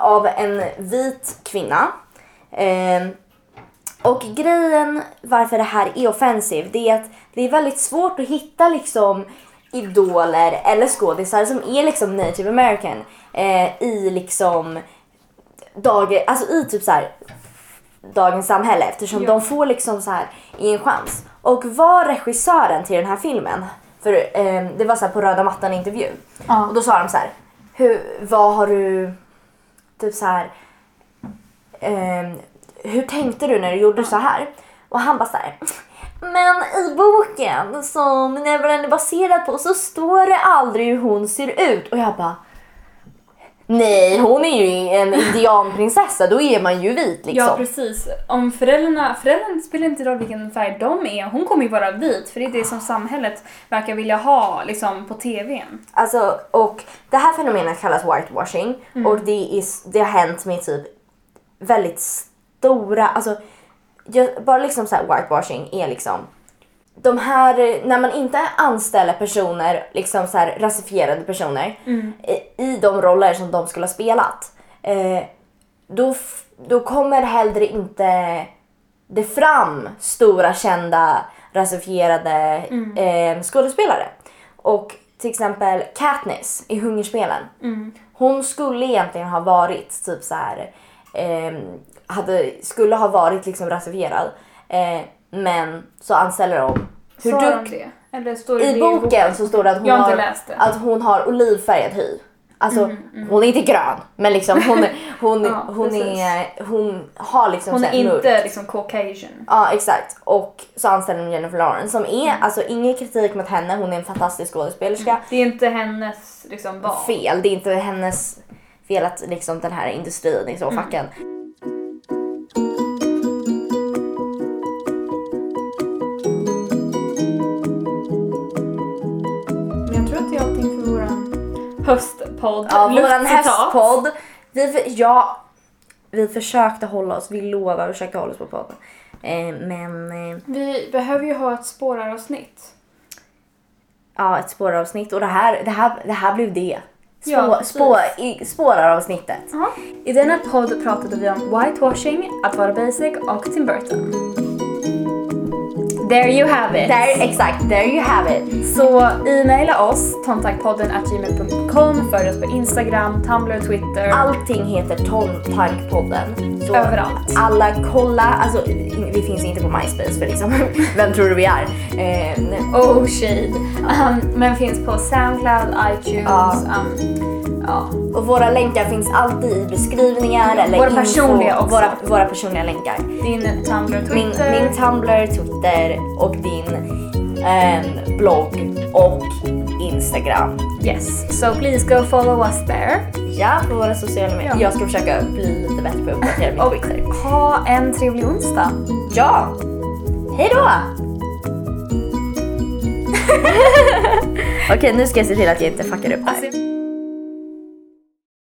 Speaker 2: av en vit kvinna. Ehm, och grejen varför det här är offensive det är att det är väldigt svårt att hitta liksom idoler eller skådisar som är liksom native american eh, i liksom dagar, alltså i typ så här dagens samhälle eftersom
Speaker 1: Ja.
Speaker 2: de får liksom så här en chans. Och var regissören till den här filmen, för ehm, det var så här på röda mattan intervju
Speaker 1: Ja.
Speaker 2: och då sa de så här, hur, vad har du typ så här. ehm, hur tänkte du när du gjorde så här? Och han bara så här. Men i boken som Neverland är baserad på så står det aldrig hur hon ser ut. Och jag bara. Nej, hon är ju en indianprinsessa. Då är man ju vit liksom.
Speaker 1: Ja precis. Om föräldrarna, föräldrarna spelar inte roll vilken färg de är, hon kommer ju vara vit för det är det som samhället verkar vilja ha liksom på TVn.
Speaker 2: Alltså, och det här fenomenet kallas whitewashing och det, är, s- det har hänt med typ väldigt stora, alltså jag, bara liksom så här whitewashing är liksom de här, eh, när man inte anställer personer, liksom så här rasifierade personer eh, i de roller som de skulle ha spelat, eh, då, f- då kommer hellre inte det fram stora kända rasifierade eh, skådespelare. Och till exempel Katniss i Hungerspelen. Hon skulle egentligen ha varit typ så här, ehm, hade, skulle ha varit liksom rasifierad. Eh, men så anställer de. Hur
Speaker 1: Sa de
Speaker 2: dukt-
Speaker 1: det? Eller står det det
Speaker 2: I boken så står det att hon,
Speaker 1: Jag har inte
Speaker 2: har,
Speaker 1: läst det.
Speaker 2: att hon har olivfärgad hy. Alltså hon är inte grön men liksom hon, hon,
Speaker 1: mm. Ja,
Speaker 2: hon, är, hon har liksom
Speaker 1: Hon
Speaker 2: så
Speaker 1: är
Speaker 2: här mörk-
Speaker 1: inte liksom caucasian.
Speaker 2: Ja exakt. Och så anställer de Jennifer Lawrence som är,
Speaker 1: Mm.
Speaker 2: alltså ingen kritik mot henne, hon är en fantastisk skådespelerska.
Speaker 1: Det är inte hennes liksom val.
Speaker 2: Fel, det är inte hennes fel att liksom den här industrin är så
Speaker 1: Mm.
Speaker 2: fucken.
Speaker 1: Men jag tror att jag har tänkt för våran höstpodd.
Speaker 2: Ja, våran
Speaker 1: Luftcitat.
Speaker 2: hästpodd. Vi, för- ja, vi försökte hålla oss, vi lovar, vi försökte hålla oss på podden. Eh, men eh,
Speaker 1: Vi behöver ju ha ett spåraravsnitt.
Speaker 2: ja, ett spåravsnitt och det här, det här, det här blev det. Spå,
Speaker 1: Ja, precis.
Speaker 2: spå, i, spåraravsnittet.
Speaker 1: I denna podd pratade vi om whitewashing, att vara basic och Tim Burton. There you have it!
Speaker 2: There, exakt, there you have it.
Speaker 1: Så e-maila oss, tontankpodden gmail.com, följ oss på Instagram, Tumblr, Twitter.
Speaker 2: Allting heter Tomtankpodden. Så
Speaker 1: Överallt.
Speaker 2: Alla kolla, alltså in- vi finns inte på MySpace för liksom, vem tror du vi är? Eh, nej.
Speaker 1: Oh shade. Um, men finns på Soundcloud, iTunes,
Speaker 2: Ja.
Speaker 1: um, ja.
Speaker 2: och våra länkar finns alltid i beskrivningar eller
Speaker 1: Våra
Speaker 2: info,
Speaker 1: personliga också.
Speaker 2: Våra, våra personliga länkar.
Speaker 1: Din Tumblr,
Speaker 2: Min,
Speaker 1: Twitter.
Speaker 2: min Tumblr, Twitter och din ehm, blogg och Instagram.
Speaker 1: yes. So please go follow us there.
Speaker 2: Ja, på våra sociala medier.
Speaker 1: Ja.
Speaker 2: Jag ska försöka bli lite bättre på att uppdatera min
Speaker 1: Och
Speaker 2: Twitter.
Speaker 1: ha en trevlig onsdag.
Speaker 2: Ja! Hej då! Okej, nu ska jag se till att jag inte fuckar upp det här.
Speaker 1: Alltså-